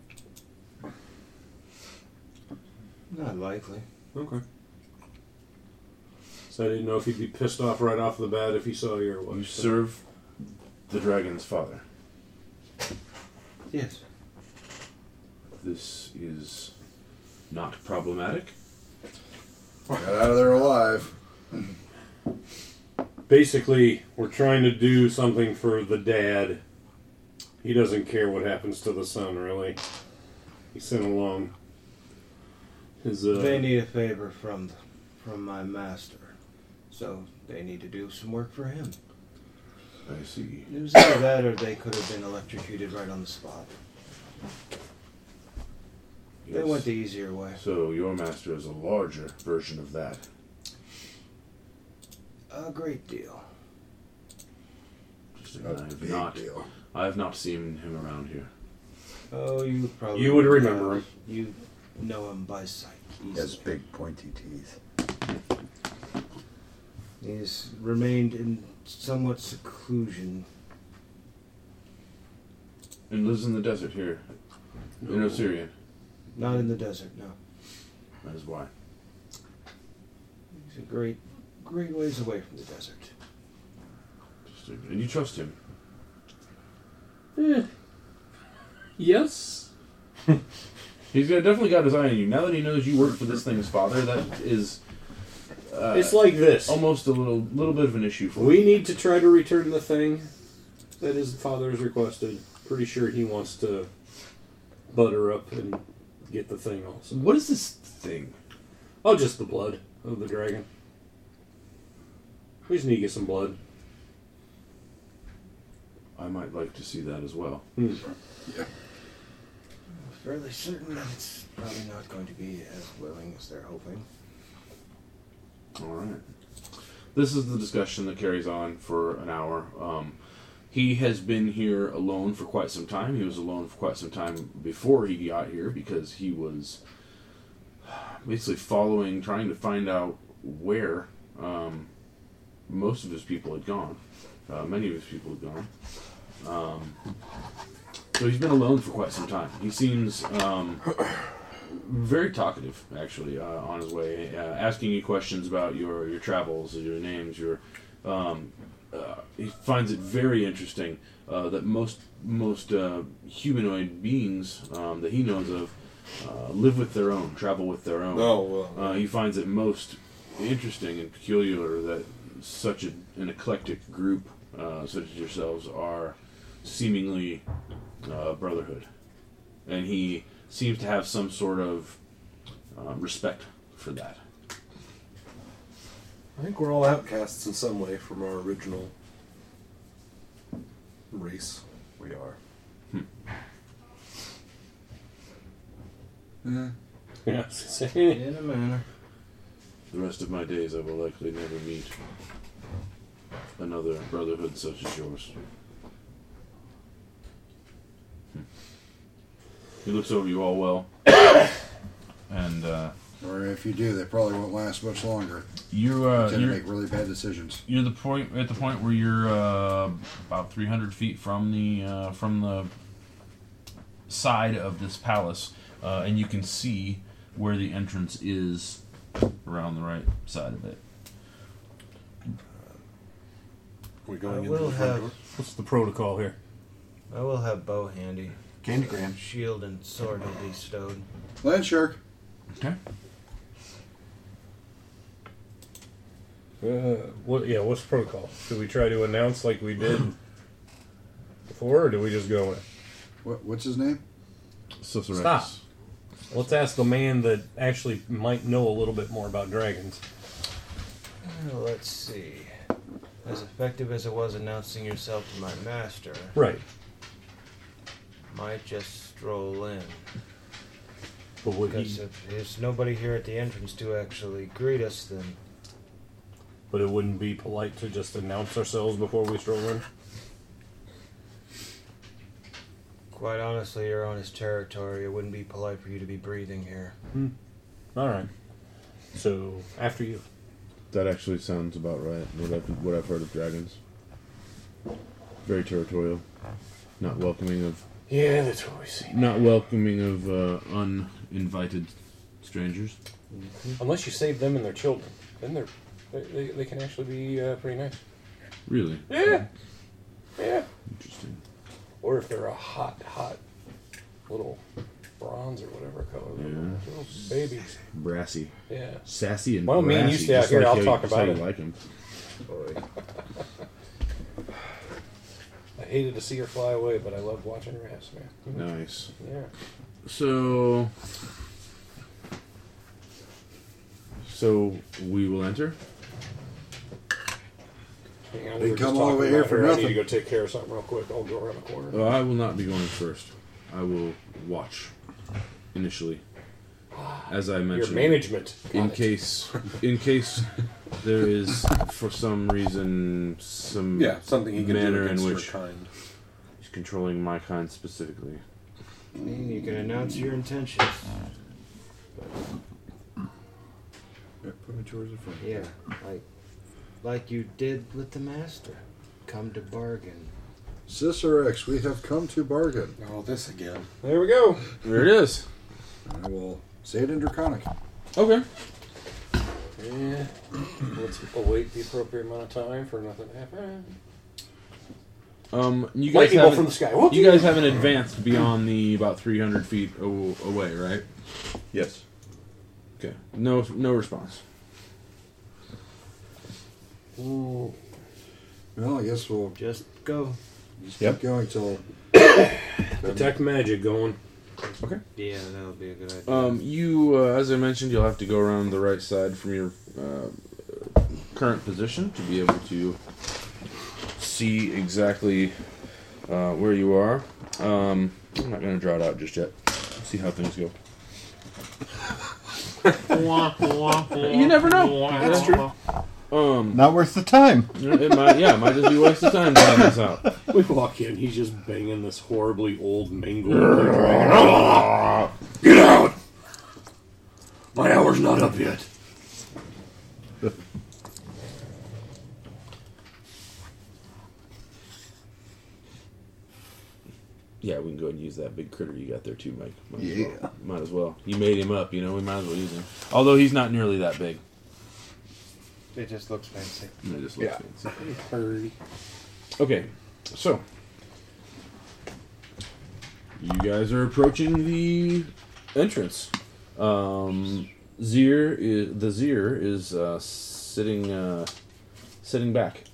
Speaker 16: Not likely.
Speaker 13: Okay. So I didn't know if he'd be pissed off right off the bat if he saw your wife.
Speaker 9: you serve the dragon's father
Speaker 16: yes
Speaker 9: this is not problematic
Speaker 11: Got out of there alive.
Speaker 13: Basically, we're trying to do something for the dad. He doesn't care what happens to the son, really. He sent along his. Uh,
Speaker 16: They need a favor from from my master, so they need to do some work for him.
Speaker 9: I see.
Speaker 16: It was either that, or they could have been electrocuted right on the spot. They
Speaker 9: Yes.
Speaker 16: went the easier way.
Speaker 9: so your master is a larger version of that
Speaker 16: A great deal.
Speaker 9: And I have not I have not seen him around here
Speaker 16: Oh, you probably.
Speaker 9: You would remember him.
Speaker 16: You know him by sight.
Speaker 4: He has big pointy teeth.
Speaker 16: He's remained in somewhat seclusion.
Speaker 9: and lives in the desert here in
Speaker 16: No.
Speaker 9: Osirian
Speaker 16: Not in the desert, no.
Speaker 9: that is why
Speaker 16: He's a great, great ways away from the desert.
Speaker 9: and you trust him
Speaker 13: Eh. Yes.
Speaker 9: He's got, definitely got his eye on you. Now that he knows you work for this thing's father, that is. Uh,
Speaker 13: It's like this.
Speaker 5: oh
Speaker 9: Almost a little, little bit of an issue for
Speaker 13: We
Speaker 9: him.
Speaker 13: need to try to return the thing that his father has requested. Pretty sure he wants to butter up and get the thing also.
Speaker 9: What is this thing?
Speaker 13: Oh, just the blood of the dragon. We just need to get some blood.
Speaker 9: I might like to see that as well.
Speaker 13: Hmm.
Speaker 16: I'm fairly certain that it's probably not going to be as willing as they're hoping.
Speaker 9: All right. This is the discussion that carries on for an hour. Um, he has been here alone for quite some time. He was alone for quite some time before he got here because he was basically following, trying to find out where um, most of his people had gone. Uh, many of his people had gone. Um, so he's been alone for quite some time. He seems um, very talkative, actually, uh, on his way, uh, asking you questions about your, your travels, your names, your. Um, uh, he finds it very interesting uh, that most most uh, humanoid beings um, that he knows of uh, live with their own, travel with their own.
Speaker 5: Oh, well.
Speaker 9: uh, he finds it most interesting and peculiar that such a, an eclectic group, uh, such as yourselves, are seemingly uh, brotherhood, and he seems to have some sort of um, respect for that.
Speaker 5: I think we're all outcasts in some way from our original race. We are.
Speaker 11: Yeah.
Speaker 13: Yeah, I was gonna say.
Speaker 16: In a manner.
Speaker 9: The rest of my days, I will likely never meet another brotherhood such as yours. Hmm. He looks over you all well, and uh,
Speaker 11: Or if you do, they probably won't last much longer.
Speaker 9: you uh,
Speaker 11: tend to
Speaker 9: you're-
Speaker 11: make really bad decisions.
Speaker 9: You're the point at the point where you're uh, about 300 feet from the uh, from the side of this palace, uh, and you can see where the entrance is around the right side of it.
Speaker 5: We're
Speaker 16: going I into will the front have- door?
Speaker 13: What's the protocol here?
Speaker 16: I will have bow handy.
Speaker 13: Candy gram.
Speaker 16: Shield and sword will be stowed.
Speaker 11: Land shark.
Speaker 9: Okay.
Speaker 13: Uh, what? Yeah. What's protocol? Should we try to announce like we did
Speaker 1: before, or do we just go in?
Speaker 11: What, what's his name?
Speaker 1: Stop. Let's ask the man that actually might know a little bit more about dragons.
Speaker 16: Uh, let's see. As effective as it was announcing yourself to my master.
Speaker 1: Right.
Speaker 16: Might just stroll in.
Speaker 1: But would
Speaker 16: because
Speaker 1: he-
Speaker 16: if there's nobody here at the entrance to actually greet us, then
Speaker 1: But it wouldn't be polite to just announce ourselves before we stroll in.
Speaker 16: quite honestly, you're on his territory. It wouldn't be polite for you to be breathing here.
Speaker 1: All right. So after you.
Speaker 9: That actually sounds about right. What I've what I've heard of dragons. Very territorial, not welcoming of.
Speaker 28: Yeah, that's what we see.
Speaker 9: Not welcoming of uh, uninvited strangers.
Speaker 29: Unless you save them and their children, then they're they, they, they can actually be uh, pretty nice.
Speaker 9: Really?
Speaker 29: Yeah, yeah.
Speaker 9: Interesting.
Speaker 29: Or if they're a hot, hot little bronze or whatever color, little, little babies.
Speaker 9: Brassy.
Speaker 29: Yeah.
Speaker 9: Sassy and
Speaker 29: Why don't me and you
Speaker 9: brassy,
Speaker 29: stay out
Speaker 9: just
Speaker 29: here,
Speaker 9: like
Speaker 29: I'll
Speaker 9: how-
Speaker 29: talk
Speaker 9: just how
Speaker 29: about
Speaker 9: you
Speaker 29: it.
Speaker 9: like 'em.
Speaker 29: I hated to see her fly away, but I loved watching her ass, man.
Speaker 9: Nice.
Speaker 29: Yeah.
Speaker 9: So. So we will enter.
Speaker 29: Hang on,
Speaker 11: They
Speaker 29: we were just
Speaker 11: come all the
Speaker 29: talking
Speaker 11: way here
Speaker 29: about
Speaker 11: for
Speaker 29: I need
Speaker 11: nothing.
Speaker 29: to go take care of something real quick. I'll go around the corner.
Speaker 9: Well, I will not be going first. I will watch initially, as I mentioned.
Speaker 29: management.
Speaker 9: In
Speaker 29: Got it.
Speaker 9: case, in case there is for some reason some
Speaker 30: Yeah, something he can do
Speaker 9: manner in
Speaker 30: against your
Speaker 9: which
Speaker 30: kind.
Speaker 9: he's controlling my kind specifically.
Speaker 16: You can announce your intentions.
Speaker 11: put me towards the front.
Speaker 16: Yeah, like, like you did with the master. Come to bargain.
Speaker 11: Cicerex, we have come to bargain.
Speaker 30: Oh, this again.
Speaker 29: There we go.
Speaker 9: There it is.
Speaker 11: I will say it in Draconic.
Speaker 9: Okay.
Speaker 29: Yeah. Let's await the appropriate amount of time for nothing to happen.
Speaker 9: Um, you guys
Speaker 29: Lightning bolt
Speaker 9: haven't-
Speaker 29: from the sky. Whoop.
Speaker 9: You guys haven't advanced beyond the about three hundred feet aw- away, right? Yes. Okay. No, no response.
Speaker 11: Well, I guess we'll
Speaker 16: just go.
Speaker 11: Just
Speaker 9: Yep.
Speaker 11: keep going till
Speaker 1: Detect magic going.
Speaker 9: Okay.
Speaker 16: Yeah, that would be a good idea.
Speaker 9: Um, you, uh, as I mentioned, you'll have to go around the right side from your uh, current position to be able to see exactly uh, where you are. Um, I'm not going to draw it out just yet. See how things go. you never know.
Speaker 31: That's true.
Speaker 9: Um,
Speaker 5: Not worth the time.
Speaker 9: it might, yeah, it might just be a waste of time trying this out.
Speaker 1: We walk in, he's just banging this horribly old mangled dragon.
Speaker 31: Get out! My hour's not up yet.
Speaker 9: Yeah, we can go and use that big critter you got there too, Mike. Might As
Speaker 5: Yeah.
Speaker 9: well. Might as well. You made him up, you know, we might as well use him. Although he's not nearly that big.
Speaker 16: It just looks fancy.
Speaker 9: It just looks
Speaker 16: yeah.
Speaker 9: Okay, so you guys are approaching the entrance. Um, Zier is the Zier is uh, sitting uh, sitting back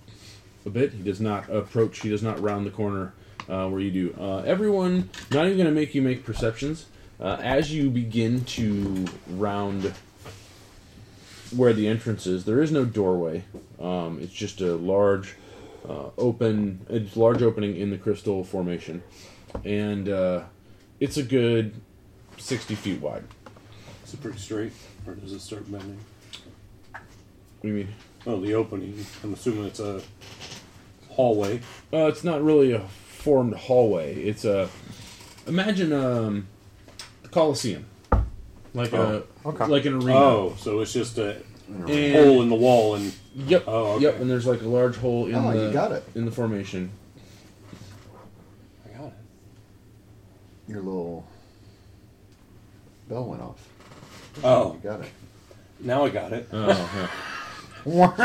Speaker 9: a bit. He does not approach. He does not round the corner uh, where you do. Uh, everyone, not even going to make you make perceptions. Uh, as you begin to round where the entrance is, there is no doorway. Um, it's just a large uh, open, it's large opening in the crystal formation, and uh, it's a good sixty feet wide.
Speaker 32: Is it pretty straight, or does it start bending?
Speaker 9: What do you mean?
Speaker 32: Oh, the opening. I'm assuming it's a hallway.
Speaker 9: Uh, it's not really a formed hallway. It's a imagine um, the Colosseum, like a like an arena.
Speaker 32: Oh, so it's just a
Speaker 9: And-
Speaker 32: hole in the wall, and
Speaker 9: Yep.
Speaker 32: Oh, okay.
Speaker 9: Yep. And there's like a large hole in
Speaker 32: Oh,
Speaker 9: the
Speaker 32: you got it.
Speaker 9: in the formation.
Speaker 29: I got it.
Speaker 5: Your little bell went off.
Speaker 32: Oh.
Speaker 5: You got it.
Speaker 32: Now I got it.
Speaker 9: um,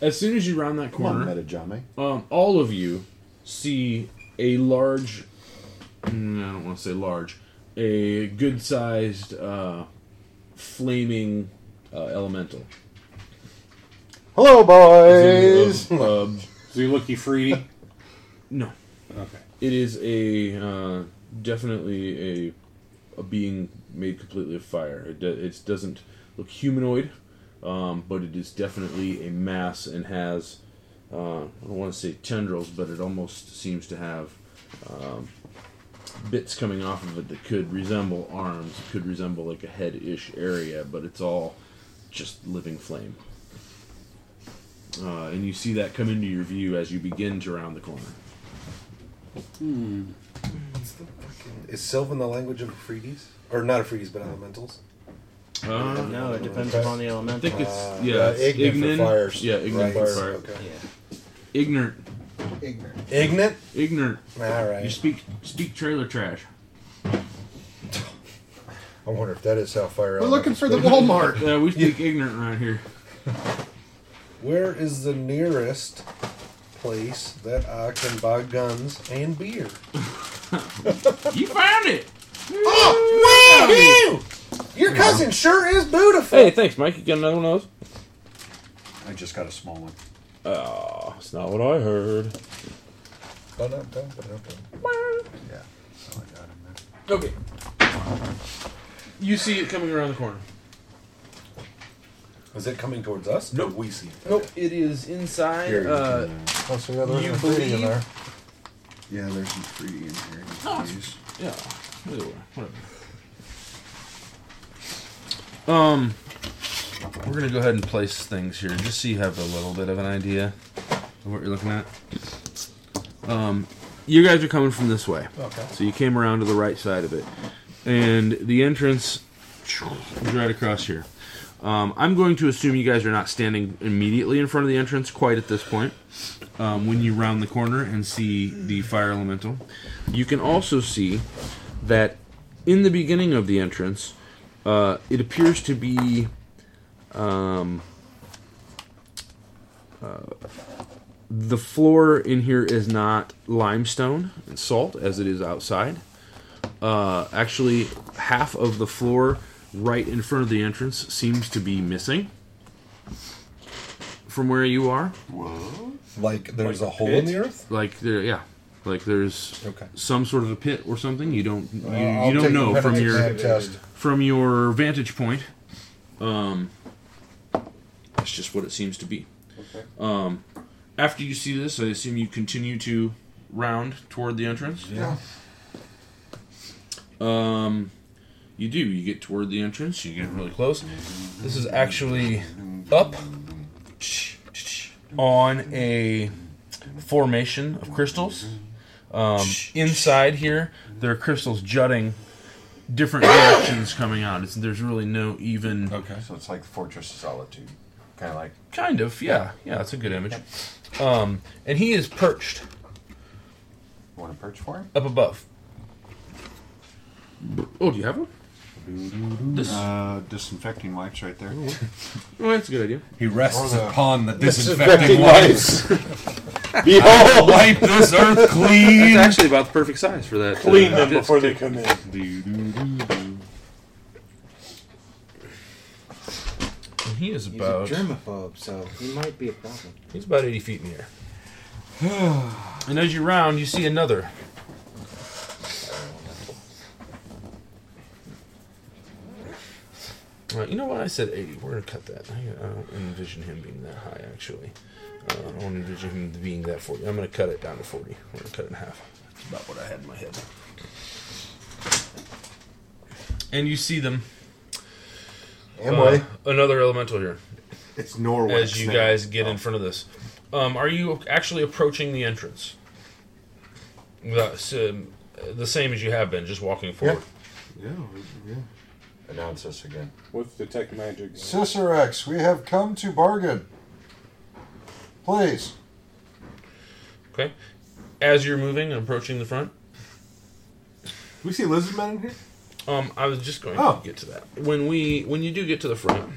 Speaker 9: as soon as you round that
Speaker 5: Come on,
Speaker 9: corner,
Speaker 5: Metajame.
Speaker 9: um, all of you see a large. mm, I don't want to say large, a good-sized uh, flaming uh, elemental.
Speaker 5: Hello,
Speaker 9: Is
Speaker 5: boys.
Speaker 9: it, uh, uh,
Speaker 33: So you looky freedy?
Speaker 9: no.
Speaker 33: Okay.
Speaker 9: It is a uh, definitely a a being made completely of fire. It, do, it doesn't look humanoid, um, but it is definitely a mass and has uh, I don't want to say tendrils, but it almost seems to have um, bits coming off of it that could resemble arms, could resemble like a head-ish area, but it's all just living flame. Uh, and you see that come into your view as you begin to round the corner.
Speaker 33: Hmm.
Speaker 16: Is Sylvan the language of Afridis? Or not Afridis, but elementals?
Speaker 9: Uh,
Speaker 34: no, it depends upon the
Speaker 9: I
Speaker 34: elemental.
Speaker 9: think it's
Speaker 16: Uh,
Speaker 9: yeah,
Speaker 16: yeah,
Speaker 9: it's
Speaker 16: ignorant for
Speaker 9: ignorant.
Speaker 16: fires.
Speaker 9: Yeah, ignorant
Speaker 16: Right.
Speaker 9: for fire.
Speaker 16: Okay.
Speaker 9: Ignorant.
Speaker 35: Ignorant.
Speaker 16: Ignorant?
Speaker 9: Ignorant.
Speaker 16: All right.
Speaker 9: You speak speak trailer trash.
Speaker 11: I wonder if that is how fire.
Speaker 9: We're
Speaker 11: looking
Speaker 9: for the Walmart. yeah, we speak ignorant around here.
Speaker 16: Where is the nearest place that I can buy guns and beer?
Speaker 9: you found it!
Speaker 16: Oh, wow! You! Your cousin sure is beautiful!
Speaker 9: Hey, thanks, Mike. You got another one of those?
Speaker 5: I just got a small one.
Speaker 9: Oh, it's not what I heard.
Speaker 5: Yeah. So I got him there.
Speaker 9: Okay. You see it coming around the corner.
Speaker 16: Is it coming towards us? No, we see it.
Speaker 9: Nope, it is inside.
Speaker 16: Here, you
Speaker 9: uh,
Speaker 16: can,
Speaker 11: Oh, so yeah, there's
Speaker 9: you
Speaker 11: some fruity in
Speaker 9: believe-
Speaker 11: there. Yeah, there's some fruity in here.
Speaker 9: Oh,
Speaker 11: Jeez.
Speaker 9: Yeah, either way, whatever. Um, we're gonna go ahead and place things here, just so you have a little bit of an idea of what you're looking at. Um, you guys are coming from this way,
Speaker 16: Okay.
Speaker 9: So you came around to the right side of it, and the entrance is right across here. Um, I'm going to assume you guys are not standing immediately in front of the entrance quite at this point. Um, when you round the corner and see the fire elemental, you can also see that in the beginning of the entrance, uh, it appears to be um, uh, the floor in here is not limestone and salt as it is outside. Uh, actually, half of the floor right in front of the entrance seems to be missing from where you are.
Speaker 16: Whoa. Like there's
Speaker 9: Like
Speaker 16: a hole in
Speaker 9: pit?
Speaker 16: the earth?
Speaker 9: Like there, yeah. Like there's some sort of a pit or something. You don't you,
Speaker 16: Uh,
Speaker 9: you
Speaker 16: I'll
Speaker 9: don't
Speaker 16: take
Speaker 9: know
Speaker 16: the
Speaker 9: from your
Speaker 16: penetration test.
Speaker 9: from your vantage point. Um, that's just what it seems to be.
Speaker 16: Okay.
Speaker 9: Um, after you see this, I assume you continue to round toward the entrance.
Speaker 16: Yeah.
Speaker 9: Um, you do. You get toward the entrance. You get really close. This is actually up on a formation of crystals. Um, inside here, there are crystals jutting different directions coming out. It's, there's really no even. Okay.
Speaker 5: So it's like Fortress of Solitude. Kind of like.
Speaker 9: Kind of, yeah. Yeah, that's a good image. Um, and he is perched
Speaker 5: Want to perch for him?
Speaker 9: up above. Oh, do you have one? This-
Speaker 5: Uh, disinfecting wipes right there.
Speaker 9: Oh, that's a good idea.
Speaker 16: He rests
Speaker 5: Or the-
Speaker 16: upon the
Speaker 5: Disinfecting
Speaker 16: disinfecting wipes.
Speaker 9: I'll
Speaker 16: wipe this earth clean.
Speaker 9: That's actually about the perfect size for that. uh,
Speaker 16: Clean them
Speaker 9: disc.
Speaker 16: before they come in.
Speaker 9: And he is
Speaker 1: He's
Speaker 9: about
Speaker 1: a germaphobe, Oh, so he might be a problem.
Speaker 9: he's about eighty feet in the air. and as you round, you see another. Uh, you know what I said? Eighty. We're gonna cut that. I, I don't envision him being that high. Actually, uh, I don't envision him being that forty. I'm gonna cut it down to forty. We're gonna cut it in half. That's about what I had in my head. And you see them.
Speaker 5: Amway.
Speaker 9: Uh, another elemental here.
Speaker 5: It's Norway.
Speaker 9: As you guys get in front of this, um, are you actually approaching the entrance? That's, um, the same as you have been, just walking forward.
Speaker 11: Yeah, yeah.
Speaker 5: Announce us again.
Speaker 36: With detect magic.
Speaker 11: Cicerex, we have come to bargain. Please.
Speaker 9: Okay. As you're moving and approaching the front.
Speaker 16: we see lizard men in here?
Speaker 9: Um, I was just going
Speaker 16: Oh.
Speaker 9: to get to that. When we when you do get to the front.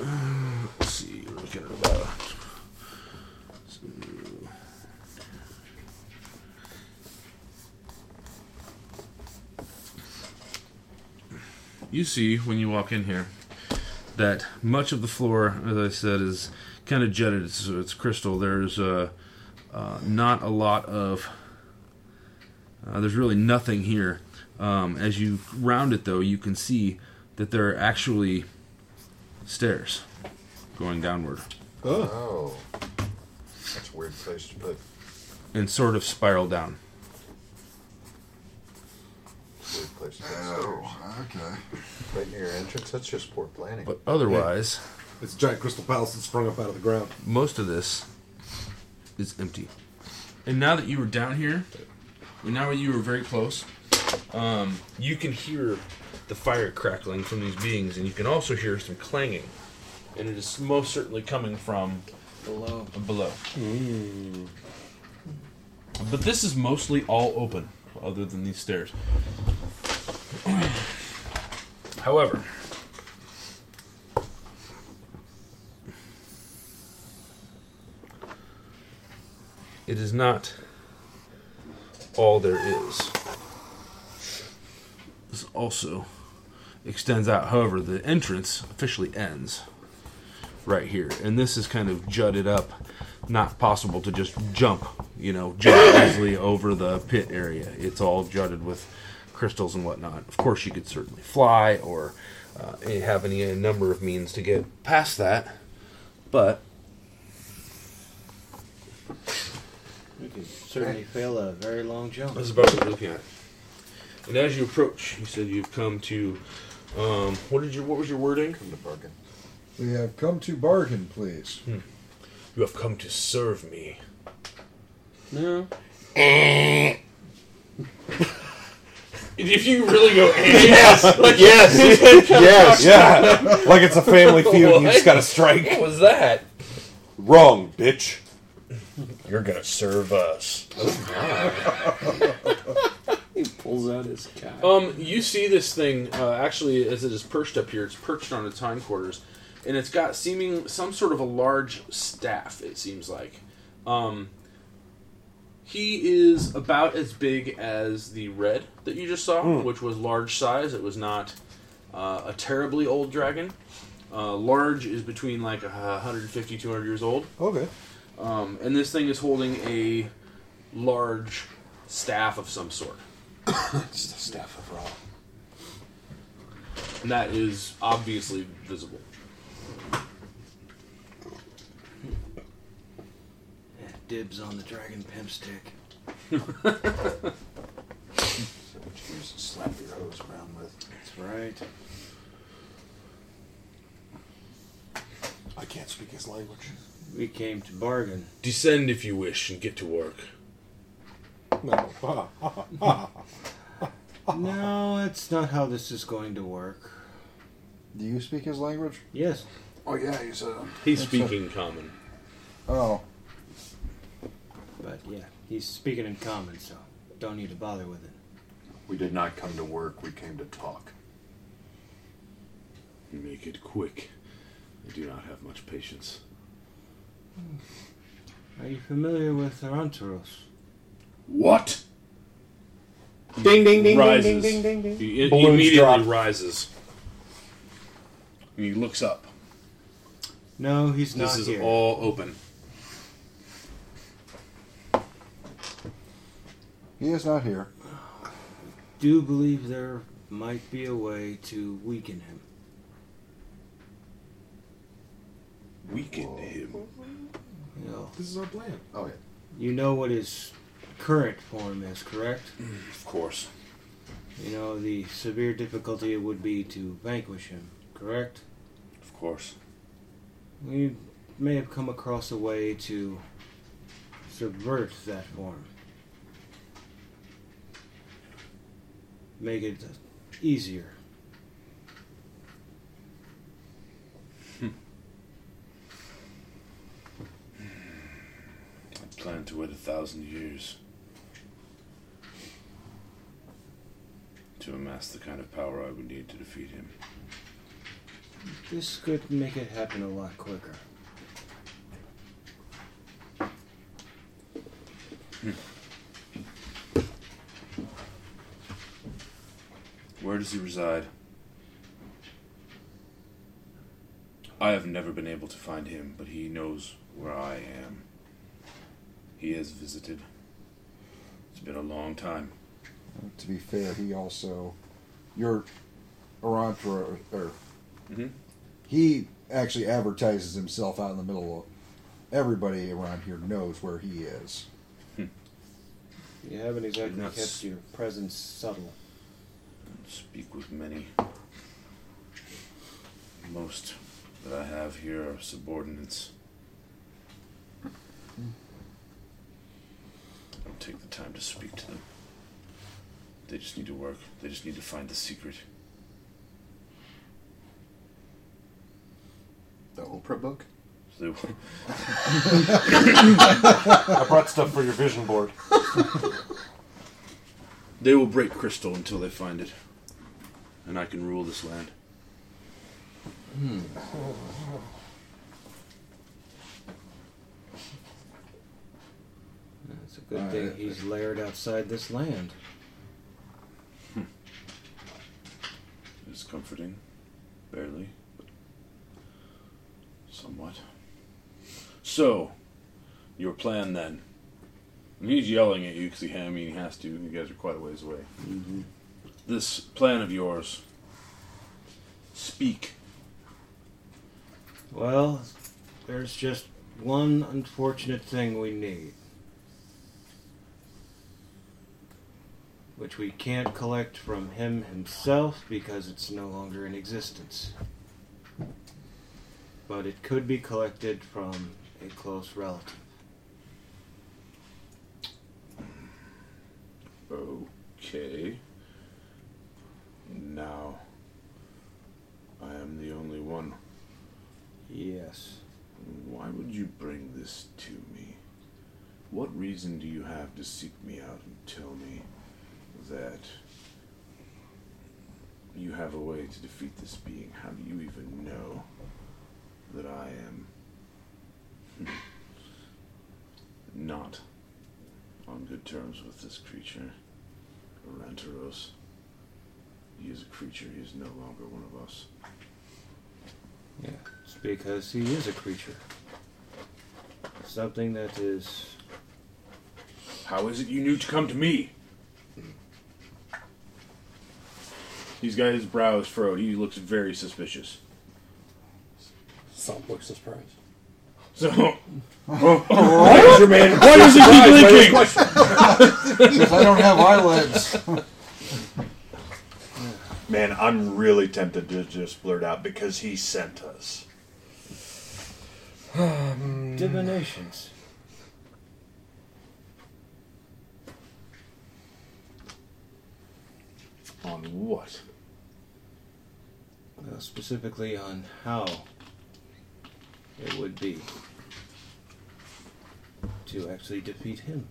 Speaker 9: uh, Let's see, we're looking at about You see when you walk in here that much of the floor, as I said, is kind of jutted. It's, it's crystal. There's uh, uh, not a lot of. Uh, there's really nothing here. Um, as you round it, though, you can see that there are actually stairs going downward
Speaker 37: Oh. That's a weird place to put.
Speaker 9: and sort of spiral down.
Speaker 37: Weird place to put oh, okay.
Speaker 5: Right near your entrance. That's just poor planning.
Speaker 9: But otherwise,
Speaker 38: It's a giant crystal palace that sprung up out of the ground.
Speaker 9: most of this is empty. And now that you were down here, and now that you were very close, um, you can hear the fire crackling from these beings, and you can also hear some clanging. And it is most certainly coming from below. Below. But this is mostly all open, other than these stairs. However, it is not all there is. This also extends out. However, the entrance officially ends right here, and this is kind of jutted up. Not possible to just jump, you know, jump easily over the pit area. It's all jutted with crystals and whatnot. Of course, you could certainly fly or uh, have any a number of means to get past that, but
Speaker 16: You could certainly fail a very long jump.
Speaker 9: This is about what we're looking at. And as you approach, you said you've come to. Um, what did you? What was your wording? Come to bargain.
Speaker 11: We have come to bargain, please.
Speaker 9: You have come to serve me.
Speaker 39: No.
Speaker 9: If you really go, eh,
Speaker 5: Yes,
Speaker 9: like-
Speaker 5: yes,
Speaker 9: Kind of
Speaker 5: yes,
Speaker 9: talk
Speaker 5: yeah.
Speaker 9: to-
Speaker 5: Like it's a family feud and you just
Speaker 9: What?
Speaker 5: gotta strike.
Speaker 9: What was that?
Speaker 5: Wrong, bitch.
Speaker 40: You're gonna serve us.
Speaker 39: He pulls out his cat.
Speaker 9: Um, you see this thing uh, actually as it is perched up here. It's perched on its hindquarters, and it's got seeming some sort of a large staff. It seems like. Um, he is about as big as the red that you just saw,
Speaker 41: Hmm.
Speaker 9: which was large size. It was not uh, a terribly old dragon. Uh, large is between like a 150, 200 years old.
Speaker 38: Okay.
Speaker 9: Um, and this thing is holding a large staff of some sort. it's the staff of Ra. And that is obviously visible.
Speaker 16: Dibs on the dragon pimp stick.
Speaker 37: Use and slap your hose around with.
Speaker 16: That's right.
Speaker 38: I can't speak his language.
Speaker 16: We came to bargain.
Speaker 9: Descend if you wish and get to work.
Speaker 38: No.
Speaker 16: no, that's not how this is going to work.
Speaker 11: Do you speak his language?
Speaker 16: Yes.
Speaker 37: Oh, yeah, he's a.
Speaker 9: He's
Speaker 11: That's
Speaker 9: speaking common.
Speaker 11: Oh,
Speaker 16: But yeah, he's speaking in common, so don't need to bother with it.
Speaker 40: We did not come to work, we came to talk.
Speaker 41: Make it quick. I do not have much patience.
Speaker 16: Are you familiar with Arantaros?
Speaker 41: What?
Speaker 5: Ding ding ding
Speaker 41: Rises.
Speaker 5: ding ding ding ding.
Speaker 41: He, he
Speaker 5: Balloons
Speaker 41: immediately
Speaker 5: drop.
Speaker 41: rises. And he looks up.
Speaker 16: No, he's
Speaker 41: This
Speaker 16: not
Speaker 41: is
Speaker 16: here.
Speaker 41: all open.
Speaker 11: he is not here.
Speaker 16: do believe there might be a way to weaken him.
Speaker 41: Weaken him.
Speaker 16: You know,
Speaker 38: This is our plan.
Speaker 37: Oh, yeah.
Speaker 16: you know what his current form is, correct?
Speaker 41: Of course.
Speaker 16: You know the severe difficulty it would be to vanquish him, correct?
Speaker 41: Of course.
Speaker 16: We may have come across a way to subvert that form. Make it easier.
Speaker 41: I plan to wait a thousand years to amass the kind of power I would need to defeat him.
Speaker 16: This could make it happen a lot quicker.
Speaker 41: Where does he reside?
Speaker 9: I have never been able to find him, but he knows where I am. He has visited. It's been a long time.
Speaker 11: To be fair, he also, your Arantra, or
Speaker 9: Mhm.
Speaker 11: he actually advertises himself out in the middle. of Everybody around here knows where he is.
Speaker 16: You haven't exactly
Speaker 11: Nuts.
Speaker 16: kept your presence subtle.
Speaker 9: Speak with many. Most that I have here are subordinates. I don't take the time to speak to them. They just need to work. They just need to find the secret.
Speaker 42: The Oprah book?
Speaker 9: So they
Speaker 43: I brought stuff for your vision board.
Speaker 9: They will break crystal until they find it. And I can rule this land.
Speaker 16: It's a good thing he's layered outside this land.
Speaker 9: It's comforting. Barely, but somewhat. So, your plan then. And he's yelling at you because he, I mean, he has to. You guys are quite a ways away. Mm-hmm. This plan of yours. Speak.
Speaker 16: Well, there's just one unfortunate thing we need. Which we can't collect from him himself because it's no longer in existence. But it could be collected from a close relative.
Speaker 9: Okay. Now, I am the only one.
Speaker 16: Yes.
Speaker 9: Why would you bring this to me? What reason do you have to seek me out and tell me that you have a way to defeat this being? How do you even know that I am not on good terms with this creature, Orantaros? He is a creature, he is no longer one of us.
Speaker 16: Yeah, it's because he is a creature. Something that is.
Speaker 9: How is it you knew to come to me? He's got his brows furrowed. He looks very suspicious.
Speaker 44: Some look surprised.
Speaker 9: So, man, why does he keep
Speaker 44: blinking?
Speaker 11: Because I don't have eyelids.
Speaker 45: Man, I'm really tempted to just blurt out because he sent us.
Speaker 16: Divinations.
Speaker 9: On what?
Speaker 16: Uh, specifically on how it would be to actually defeat him.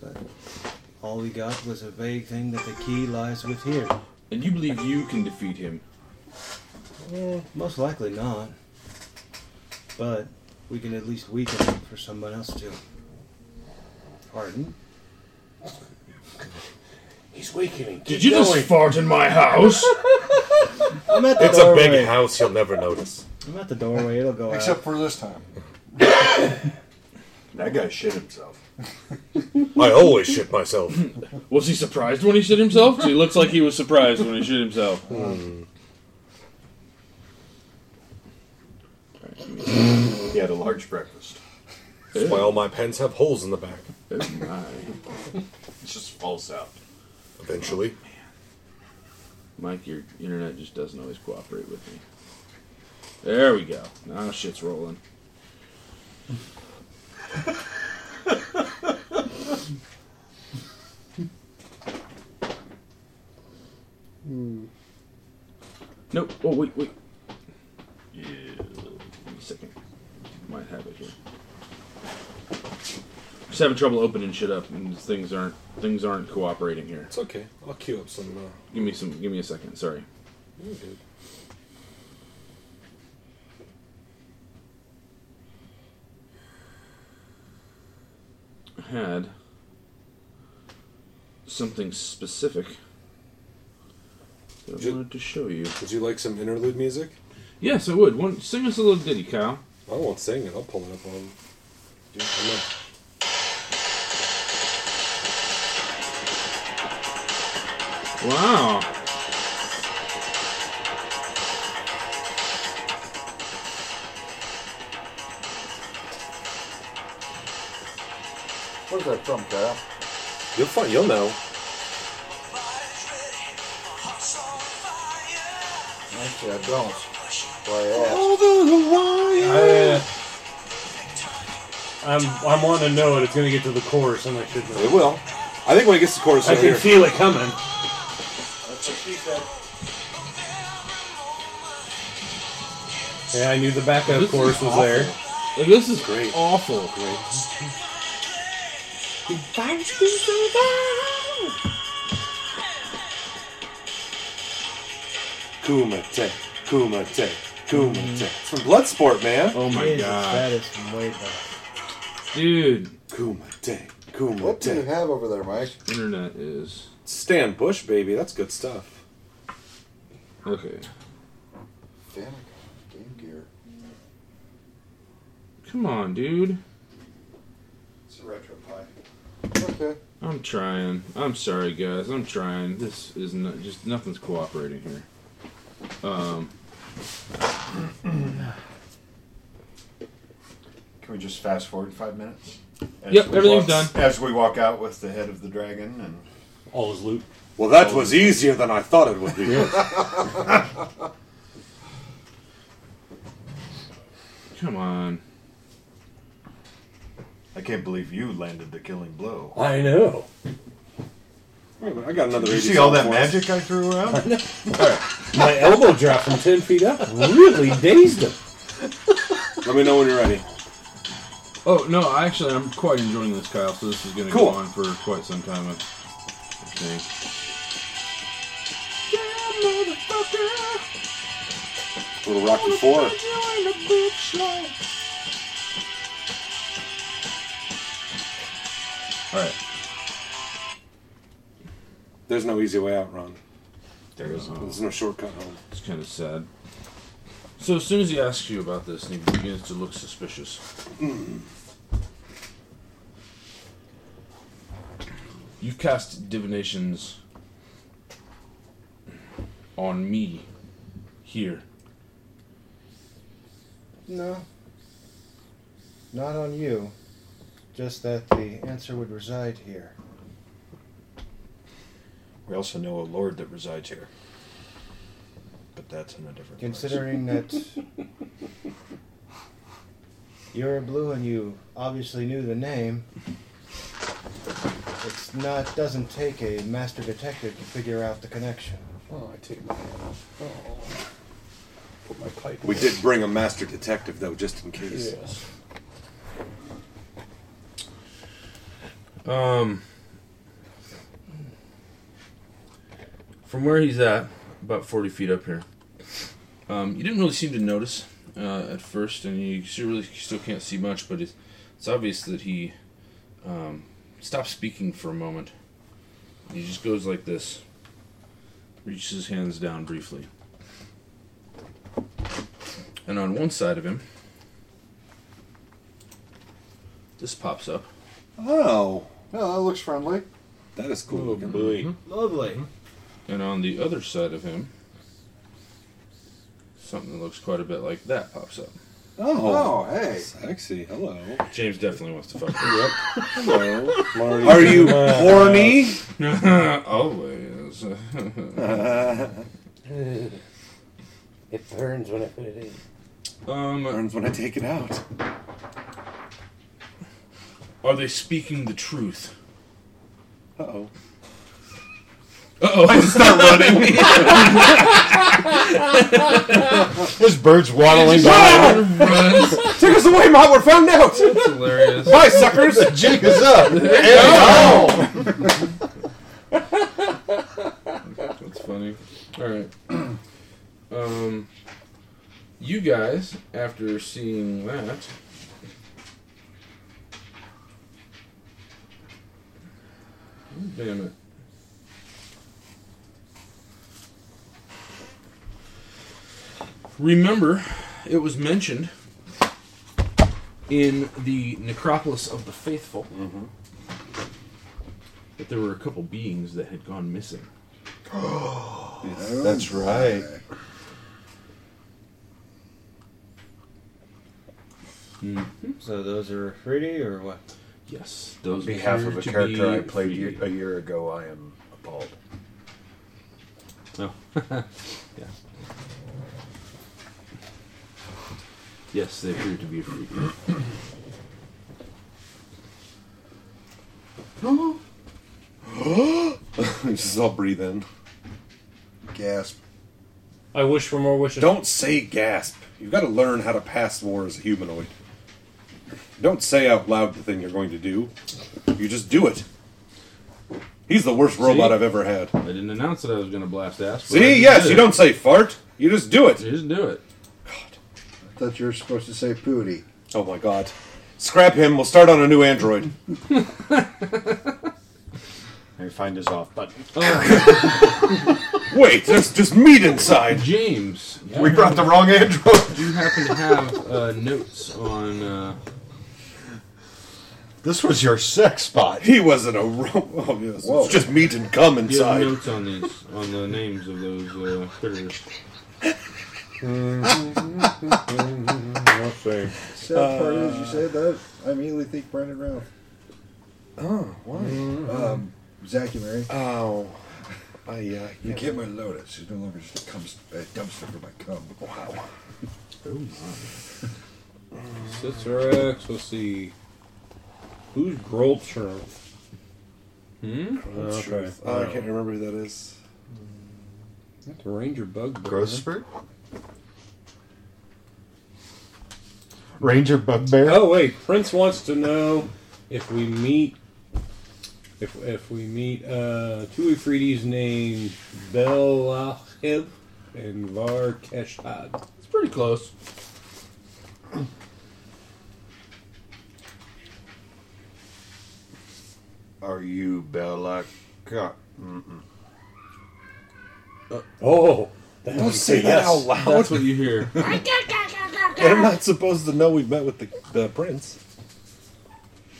Speaker 16: But all we got was a vague thing that the key lies with here.
Speaker 9: And you believe you can defeat him?
Speaker 16: most likely not. But we can at least weaken him for someone else to. Pardon?
Speaker 44: He's weakening.
Speaker 45: Did you just fart in my house?
Speaker 16: I'm at the
Speaker 8: it's a
Speaker 16: doorway.
Speaker 8: big house. You'll never notice.
Speaker 16: I'm at the doorway. It'll go out.
Speaker 11: Except for this time.
Speaker 45: That guy shit himself.
Speaker 8: I always shit myself.
Speaker 9: Was he surprised when he shit himself? 'Cause he looks like he was surprised when he shit himself.
Speaker 8: Hmm.
Speaker 45: He had a large breakfast.
Speaker 8: That's why all my pens have holes in the back.
Speaker 45: It just falls out.
Speaker 8: Eventually.
Speaker 9: Mike, your internet just doesn't always cooperate with me. There we go. Now shit's rolling. Nope. Oh wait, wait. Yeah. Give me a second. Might have it here. Just having trouble opening shit up, and things aren't things aren't cooperating here.
Speaker 43: It's okay. I'll queue up some. Uh,
Speaker 9: Give me some. Give me a second. Sorry.
Speaker 43: you're good.
Speaker 9: had something specific that I wanted to show you.
Speaker 43: Would you like some interlude music?
Speaker 9: Yes, I would. One, sing us a little ditty, Kyle.
Speaker 46: I won't sing it. I'll pull it up on. Dude, I'm not-
Speaker 9: Wow.
Speaker 11: Where's that from, Kyle?
Speaker 8: You'll find. You'll know.
Speaker 11: Actually, I don't. Why I asked.
Speaker 47: I, am I'm wanting to know it. It's going to get to the chorus, and I should know.
Speaker 8: It will. I think when it gets to chorus,
Speaker 47: I
Speaker 8: you'll
Speaker 47: can
Speaker 8: hear
Speaker 47: feel it coming.
Speaker 11: That's what she said.
Speaker 47: Yeah, I knew the backup
Speaker 9: This
Speaker 47: chorus
Speaker 9: is
Speaker 47: was
Speaker 9: awful.
Speaker 47: there.
Speaker 9: Like, this is great. Awful. Great.
Speaker 8: Kumite, Kumite, Kumite. It's from Bloodsport, man.
Speaker 9: Oh my
Speaker 16: Jesus,
Speaker 9: God.
Speaker 16: that is from way back.
Speaker 9: Dude.
Speaker 8: Kumite, Kumite.
Speaker 11: What do you have over there, Mike?
Speaker 9: Internet is.
Speaker 8: Stan Bush, baby. That's good stuff.
Speaker 9: Okay.
Speaker 11: Damn it. Game Gear.
Speaker 9: Come on, dude.
Speaker 11: It's a retro pie.
Speaker 9: I'm trying. I'm sorry, guys. I'm trying. This is not, just nothing's cooperating here. Um,
Speaker 11: Can we just fast forward five minutes?
Speaker 9: Yep,
Speaker 11: we
Speaker 9: everything's
Speaker 11: walk- As we walk out with the head of the dragon and
Speaker 47: all his loot.
Speaker 8: Well, that was easier than I thought it would be.
Speaker 9: come on.
Speaker 48: I can't believe you landed the killing blow.
Speaker 47: I know.
Speaker 8: I got another.
Speaker 48: Did you
Speaker 8: 80
Speaker 48: see all that
Speaker 8: song for us.
Speaker 48: magic I threw around?
Speaker 49: My elbow dropped from 10 feet up really dazed him.
Speaker 8: Let me know when you're ready.
Speaker 9: Oh no, actually, I'm quite enjoying this, Kyle. So this is going to
Speaker 8: Cool.
Speaker 9: go on for quite some time. I think.
Speaker 8: Little Rocky Four.
Speaker 9: All right.
Speaker 8: There's no easy way out, Ron.
Speaker 9: There is.
Speaker 8: There's no shortcut home.
Speaker 9: It's kind of sad. So as soon as he asks you about this, and he begins to look suspicious.
Speaker 8: Mm-hmm.
Speaker 9: You've cast divinations on me here.
Speaker 16: No. Not on you. Just that the answer would reside here.
Speaker 48: We also know a lord that resides here. But that's in a different
Speaker 16: Considering that you're blue and you obviously knew the name, it's not doesn't take a master detective to figure out the connection.
Speaker 49: Oh, I take my hand off. Oh. Put my pipe.
Speaker 8: We
Speaker 49: in.
Speaker 8: did bring a master detective though, just in case.
Speaker 49: Yes.
Speaker 9: Um, from where he's at, about 40 feet up here, um, you didn't really seem to notice uh, at first, and you still really still can't see much, but it's, it's obvious that he um, stops speaking for a moment. He just goes like this, reaches his hands down briefly. And on one side of him, this pops up.
Speaker 8: Oh,
Speaker 11: no, that looks friendly.
Speaker 8: That is cool looking.
Speaker 16: Lovely.
Speaker 9: Mm-hmm. And on the other side of him, something that looks quite a bit like that pops up.
Speaker 8: Oh,
Speaker 11: Oh, hey.
Speaker 8: Sexy. Hello.
Speaker 9: James definitely wants to fuck. yep.
Speaker 8: Hello.
Speaker 9: Marty.
Speaker 8: Are you horny?
Speaker 9: Always. Um,
Speaker 1: It burns when I put it in.
Speaker 9: um,
Speaker 8: Burns when I take it out.
Speaker 9: are they speaking the truth?
Speaker 8: Uh oh.
Speaker 9: Uh oh. I start running.
Speaker 5: This bird's waddling by.
Speaker 8: Take us away, Mott. We're found out. That's
Speaker 9: hilarious.
Speaker 8: Bye, suckers.
Speaker 5: The jig is up. oh. And
Speaker 9: That's funny. All right. Um, you guys, after seeing that, Oh, damn it. remember, it was mentioned in the Necropolis of the Faithful that there were a couple beings that had gone missing.
Speaker 5: That's right.
Speaker 50: So those are Fruity or what?
Speaker 9: Yes.
Speaker 51: On behalf of a character I played ye- a year ago, I am appalled.
Speaker 9: No. yeah. Yes, they appear to be free.
Speaker 11: Just all breathe in.
Speaker 52: Gasp.
Speaker 16: I wish for more wishes.
Speaker 11: Don't say gasp. You've got to learn how to pass more as a humanoid. Don't say out loud the thing you're going to do. You just do it. He's the worst robot I've ever had.
Speaker 9: I didn't announce that I was going to blast ass. but I
Speaker 11: See,
Speaker 9: just
Speaker 11: yes,
Speaker 9: did
Speaker 11: you
Speaker 9: it.
Speaker 11: don't say fart. You just do it.
Speaker 9: You just do it.
Speaker 52: I thought you were supposed to say pooty.
Speaker 11: Oh my god. Scrap him. We'll start on a new android.
Speaker 51: Let me find his off button.
Speaker 9: Oh,
Speaker 11: Wait, there's just meat inside.
Speaker 9: James.
Speaker 51: We brought the wrong android.
Speaker 9: Do you happen to have uh, notes on? Uh,
Speaker 11: This was your sex spot. He wasn't a robot. Oh, yes.
Speaker 9: Whoa.
Speaker 11: It's just meat and cum
Speaker 9: do you have
Speaker 11: inside.
Speaker 9: notes on these on the names of those uh, critters?
Speaker 52: Sad part is, you said that, I immediately think Brandon Ralph.
Speaker 11: Oh, why?
Speaker 52: Um, Zach and Mary.
Speaker 11: Oh. I, uh,
Speaker 52: You
Speaker 11: yeah.
Speaker 52: get my Lotus. It no longer just comes a dumpster for my cum.
Speaker 11: Wow.
Speaker 9: Oh my. Cicerax, let's see. Who's Grolcher? Hmm?
Speaker 11: Okay. Oh, I can't remember who that is.
Speaker 9: The Ranger Bug.
Speaker 11: Grosper?
Speaker 5: Ranger Bugbear.
Speaker 16: Oh wait, Prince wants to know if we meet if if we meet uh two Ifritis named Belahib and Var Keshad.
Speaker 9: uh, It's pretty close.
Speaker 51: Are you Bella? God.
Speaker 16: Oh,
Speaker 11: Don't say that out loud.
Speaker 9: That's what you hear.
Speaker 11: They're not supposed to know we met with the, the prince.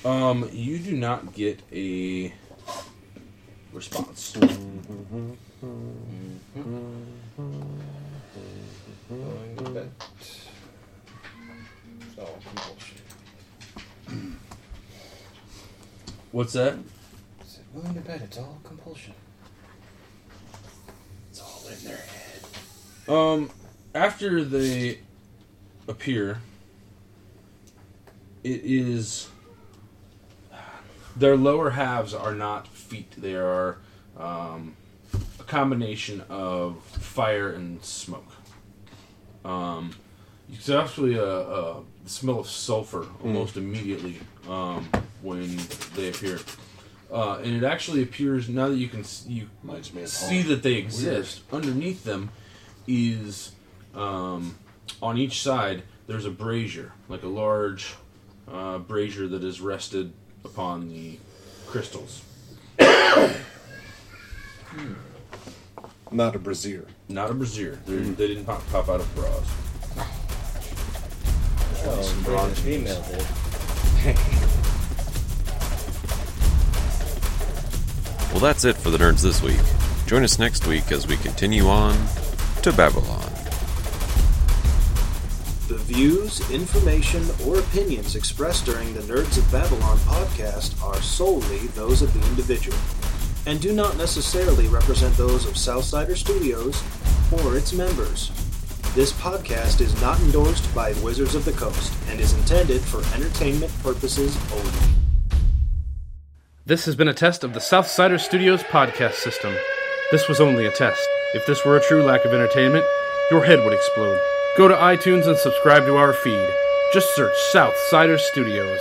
Speaker 9: Um, you do not get a response. What's that?
Speaker 53: Willing to bet it's all compulsion.
Speaker 9: Um, after they appear, it is their lower halves are not feet; they are um, a combination of fire and smoke. Um, it's actually a, a smell of sulfur
Speaker 51: Hmm.
Speaker 9: almost immediately um, when they appear. Uh, and it actually appears now that you can s- you
Speaker 51: me of
Speaker 9: see
Speaker 51: home.
Speaker 9: that they exist. Underneath them is um, on each side there's a brazier, like a large uh, brazier that is rested upon the crystals.
Speaker 11: Not a brazier.
Speaker 9: Not a brazier. They're, They didn't pop, pop out of bras.
Speaker 53: Oh, bronze female did.
Speaker 54: Well, that's it for the nerds this week. Join us next week as we continue on to Babylon.
Speaker 55: The views, information, or opinions expressed during the Nerds of Babylon podcast are solely those of the individual and do not necessarily represent those of Southsider Studios or its members. This podcast is not endorsed by Wizards of the Coast and is intended for entertainment purposes only.
Speaker 56: This has been a test of the Southsider Studios podcast system. This was only a test. If this were a true lack of entertainment, your head would explode. Go to iTunes and subscribe to our feed. Just search Southsider Studios.